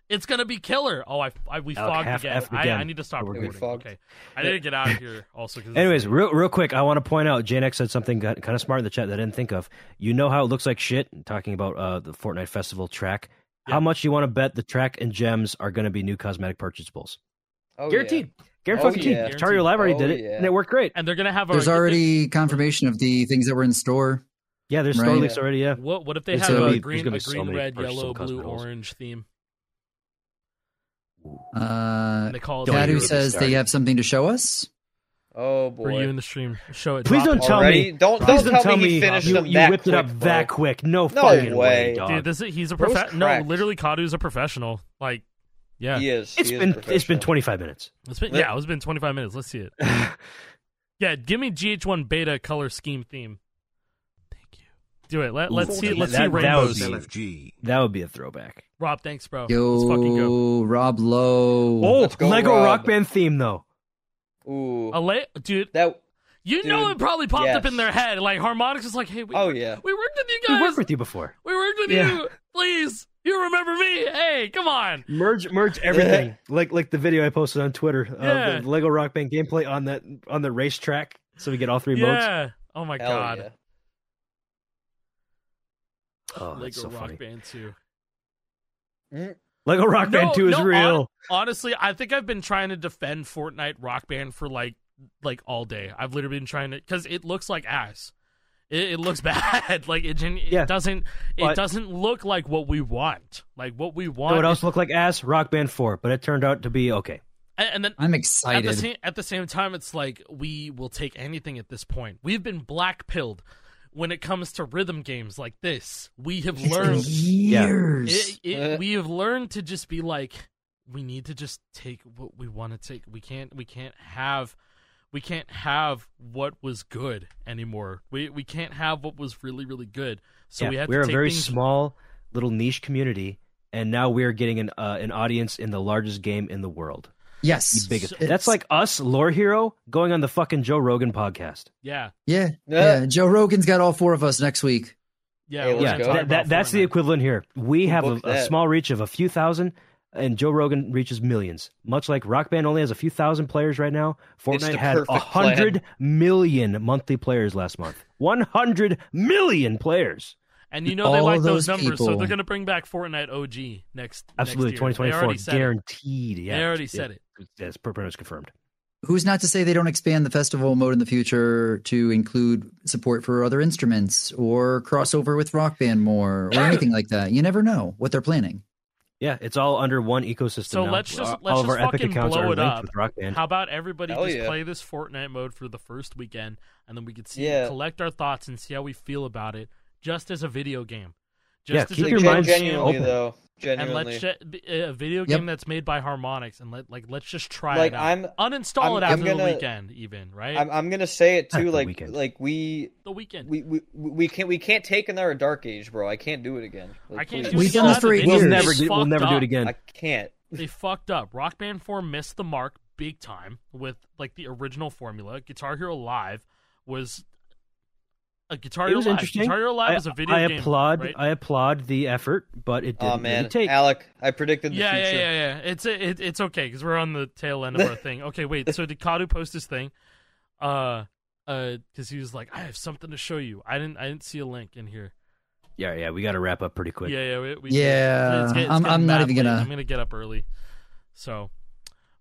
it's gonna be killer. Oh, I, I we
Alec,
fogged
half
again.
F
I,
again.
I need to stop
We're
good.
recording.
We fogged.
Okay, I need to get out of here also. 'cause this is-
Mm-hmm. Anyways, real real quick, I want to point out Janek said something kind of smart in the chat that I didn't think of. You know how it looks like shit. Talking about uh, the Fortnite Festival track.
Yeah.
How much you want to bet the track and gems are going to be new cosmetic purchasables?
<laughs> Oh, yeah.
Guaranteed.
Oh,
Guaranteed.
yeah.
Guaranteed. Guaranteed. Live already
Oh,
did it,
yeah.
and it worked great.
and they're gonna have a-
There's already confirmation of the things that were in store.
Yeah, there's
Right.
store leaks already. Yeah,
What what if they
There's
have
gonna
a
be-
green,
there's gonna
a
be so
green,
many
red,
purchasable
yellow, blue,
cosmeticals.
orange theme?
Uh,
And they call it
Don't
Cat
even
who
get me
says they
started.
have something to show us.
Oh
for you in
boy.
the stream. Show it.
Please
drop
don't
it.
tell
Already?
me.
Don't
Please
don't
don't tell
me he
me
finished
you,
them
you
that
whipped it
quick,
up that
bro.
quick. No,
No
fucking
way.
way, dog.
Dude, this is he's a
Bro's
prof- no,
cracked.
literally Kadu's a professional. Like, yeah,
He is.
it's
he is
been it's been
professional.
25 minutes.
it's been
Let-
yeah, it's been 25 minutes. Let's
<laughs>
see it. yeah, give me GH1 beta color scheme theme. Thank you. Do it. Let, let's
Ooh,
see. Let's
that-
see
that would
rainbows.
be-
LFG.
That would be a throwback.
Rob, thanks, bro. Oh, Let's fucking go.
Yo, Rob Lowe.
Oh,
Let's go,
Lego
Rob.
Rock Band theme though.
Ooh.
A la- dude,
That
you know
dude,
it probably popped up
yes.
in their head. Like harmonics is like, hey, we,
Oh yeah.
we worked with you
We
guys.
worked with you before.
We worked with
Yeah.
you. Please, you remember me? Hey, come on.
Merge merge everything. <laughs> like like the video I posted on Twitter of
Yeah.
the Lego Rock Band gameplay on that on the racetrack so we get all three modes.
Yeah. Oh my
Hell
god.
yeah.
Oh,
Lego
that's so
Rock
funny.
Band 2.
Lego Rock Band
No,
2 is
no,
real.
hon- honestly, I think I've been trying to defend Fortnite Rock Band for like like all day. I've literally been trying to because it looks like ass. It, it looks <laughs> bad. like it, gen- it
Yeah,
doesn't. It
but-
doesn't look like what we want. Like what we
You know
want.
what
is-
else looked like ass? Rock Band 4, but it turned out to be okay.
and, and then
I'm
at the
excited.
same at the same time, it's like we will take anything at this point. We've been black pilled when it comes to rhythm games like this. We have
It's been
learned
Yeah.
years.
it, it,
Uh.
we have learned to just be like we need to just take what we want to take we can't we can't have we can't have what was good anymore we we can't have what was really really good so
Yeah,
we have
we're
to
a
take
very
things-
small little niche community and now we're getting an uh, an audience in the largest game in the world. The
yes.
biggest.
It's-
That's like us, Lore Hero, going on the fucking Joe Rogan podcast.
yeah
yeah, yeah. Joe Rogan's got all four of us next week.
yeah,
Hey,
we're
let's
yeah,
gonna
go.
talk
that,
about
that, that's the
Fortnite.
equivalent here. We have a,
Book
a
that.
small reach of a few thousand, and Joe Rogan reaches millions. Much like Rock Band only has a few thousand players right now, Fortnite
the
had
perfect
a hundred million monthly players last month. One hundred million players.
and you know they
all
like those,
those
numbers so
people-
they're gonna bring back fortnite og next
Absolutely,
next year.
twenty twenty
They already
four
said it.
guaranteed. Yeah,
they already said it
That's pretty much confirmed.
Who's not to say they don't expand the festival mode in the future to include support for other instruments or crossover with rock band more or anything like that? You never know what they're planning.
Yeah, it's all under one ecosystem.
So
now.
let's just-
all,
let's
all of our
just
epic
fucking
accounts
blow
are
it
linked
up.
with Rock Band.
How about everybody
Hell
just
yeah.
play this Fortnite mode for the first weekend, and then we could see
Yeah.
collect our thoughts and see how we feel about it, just as a video game. Just
Yeah,
to
keep
say-
your
Gen-
minds
genuinely
open.
though,
and
genuinely.
let's ju- b- a video
Yep.
game that's made by Harmonix and let like let's just try
Like,
it. Out.
I'm-
uninstall
I'm-
it
I'm
after the
gonna-
weekend, even right?
I'm, I'm gonna say it
The
too. Like
Weeknd.
like we
the weekend.
we, we we can't we can't take another dark age, bro. I can't do it again. Like,
I can't.
please.
Do
We've
it
done this for
They
eight
We'll
years. It's
never do,
fucked
we'll never do
up.
it again.
I can't.
they fucked up. Rock Band 4 missed the mark big time with like the original formula. Guitar Hero Live was a Guitar
It
Hero
was
Live.
interesting.
Guitar Hero Live
I,
is a video
I
game.
applaud.
right?
I applaud the effort, but it didn't
Oh man,
really take.
Alec, I predicted the
yeah, yeah,
future.
yeah, yeah. It's it, it's okay because we're on the tail end of
<laughs>
our thing. Okay, wait. So did Kadu post his thing? Uh, uh, because he was like, I have something to show you. I didn't I didn't see a link in here.
yeah, yeah. We got to wrap up pretty quick.
Yeah, yeah, we, we
Yeah, I'm- I'm not
mad
even
late.
gonna-
I'm gonna get up early. So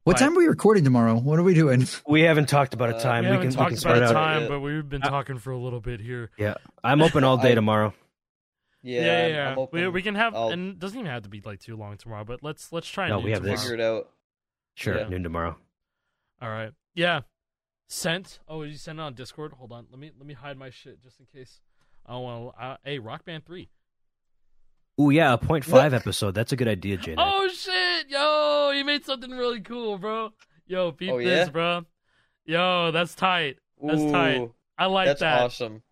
What
But-
time are we recording tomorrow? What are we doing? <laughs>
We haven't talked about a
Uh,
time.
we
we,
haven't
can, we
talked
can
about
start
a
out.
time,
Yeah.
but we've
Uh,
been talking for a little bit here.
Yeah, I'm open all day
<laughs> I-
tomorrow.
Yeah,
yeah,
I'm-
yeah.
I'm open.
we, we can have,
I'll-
and it doesn't even have to be like too long tomorrow. But let's let's try and
No,
do
we
it
have
tomorrow.
this.
figure it out.
Sure,
Yeah.
noon tomorrow.
All right, yeah. Sent. Oh, you sent it on Discord. Hold on. Let me let me hide my shit just in case. I don't want. to. Hey, Rock Band Three.
Ooh, yeah, a point five episode. That's a good idea, Jay.
Oh shit, yo! He made something really cool, bro. Yo, beat
Oh,
this,
yeah?
bro. Yo, that's tight. That's
Ooh,
tight. I like
that's
that.
awesome.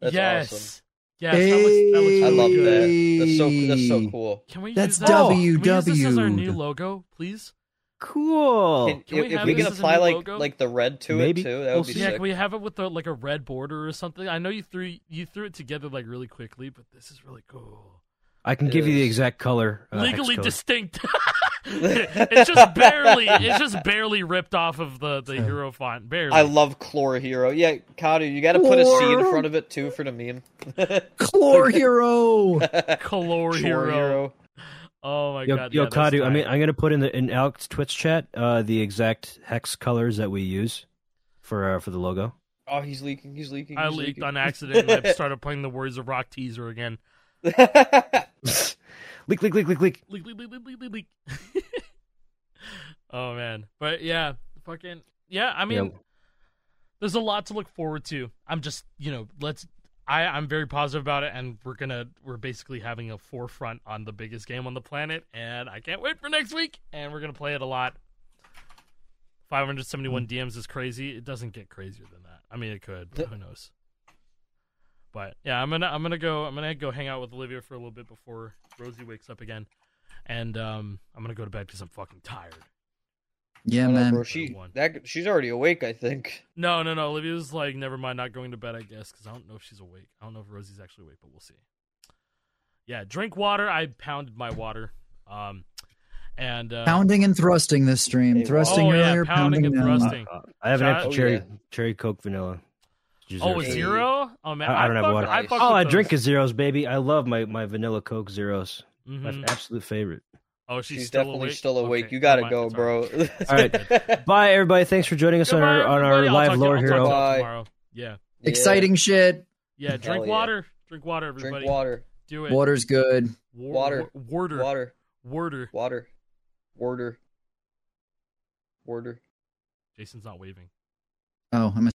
That's
yes.
awesome.
Yes. That looks, that looks
I
really
love
good.
that. That's so that's so
Hey.
cool.
Can we
That's
use that?
Oh,
Can we use this as our
WW'd.
new logo, please?
cool.
Can,
Can
if
we
if
have
we
this
can
as a
apply
new
like
logo?
like the red to
Maybe.
it too, that
We'll
would be
see.
Yeah,
sick.
can we have it with the, like a red border or something? I know you threw you threw it together like really quickly, but this is really cool.
I can give you the
Yes.
exact color. Uh, hex
Legally
code.
distinct. <laughs> it's just barely it's just barely ripped off of the the hero font. Barely.
I love Chlor Hero. Yeah, Kadu, you got to put a C in
Chlor.
front of it too for the meme.
Chlor Hero.
Color
Chlor
hero. Oh my
Yo,
god.
yo
yeah, that's
Kadu, I mean,
tight.
I'm gonna put in the in Alex's Twitch chat uh, the exact hex colors that we use for uh, for the logo. <laughs>
Oh, he's leaking. He's leaking.
I
he's
leaked
leaking. <laughs>
on accident and I started playing the Warriors of Rock teaser again.
Leak, leak, leak, leak, leak.
Leak, leak, leak, leak, leak, leak, leak. <laughs> oh man. But yeah, fucking yeah, I mean
Yeah.
there's a lot to look forward to. I'm just, you know, let's I, I'm very positive about it and we're gonna we're basically having a forefront on the biggest game on the planet and I can't wait for next week and we're gonna play it a lot. Five hundred seventy one DMs is crazy. It doesn't get crazier than that. I mean it could, but who knows. But yeah, I'm gonna I'm gonna go I'm gonna go hang out with Olivia for a little bit before Rosie wakes up again, and um I'm gonna go to bed because I'm fucking tired.
Yeah,
Oh, no, bro,
man.
she
One.
that she's already awake. I think.
No, no, no. Olivia's like, never mind, not going to bed. I guess because I don't know if she's awake. I don't know if Rosie's actually awake, but we'll see. Yeah, drink water. I pounded my water, um, and uh,
Pounding and thrusting this stream.
Hey,
Thrusting
oh, yeah,
earlier,
pounding
pounding,
and
now.
thrusting.
Uh, I have an extra
Shout
out-
cherry
Oh,
cherry coke vanilla.
oh, a
Hey.
zero. Oh man,
I, I don't
fuck,
have water.
I
Nice.
fuck
Oh,
with
I
those.
drink a zeros, baby. I love my, my vanilla coke zeros.
Mhm.
My absolute favorite.
Oh, she's,
She's,
still
definitely
awake?
still awake.
Okay,
you gotta go,
never mind, it's all
bro.
right.
<laughs>
All right. Bye, everybody. Thanks for joining us on our
Goodbye,
on our
everybody. I'll
live
talk to you-
Lore Hero.
I'll talk to you
Bye.
tomorrow. Yeah,
Yeah.
Exciting shit.
yeah. Drink
yeah.
water. Drink water,
Drink
everybody.
water.
Do it.
Water's good.
War-
Water.
wa- Warder.
Water.
Warder.
Water. Water. Water.
Jason's not waving.
Oh, I'm a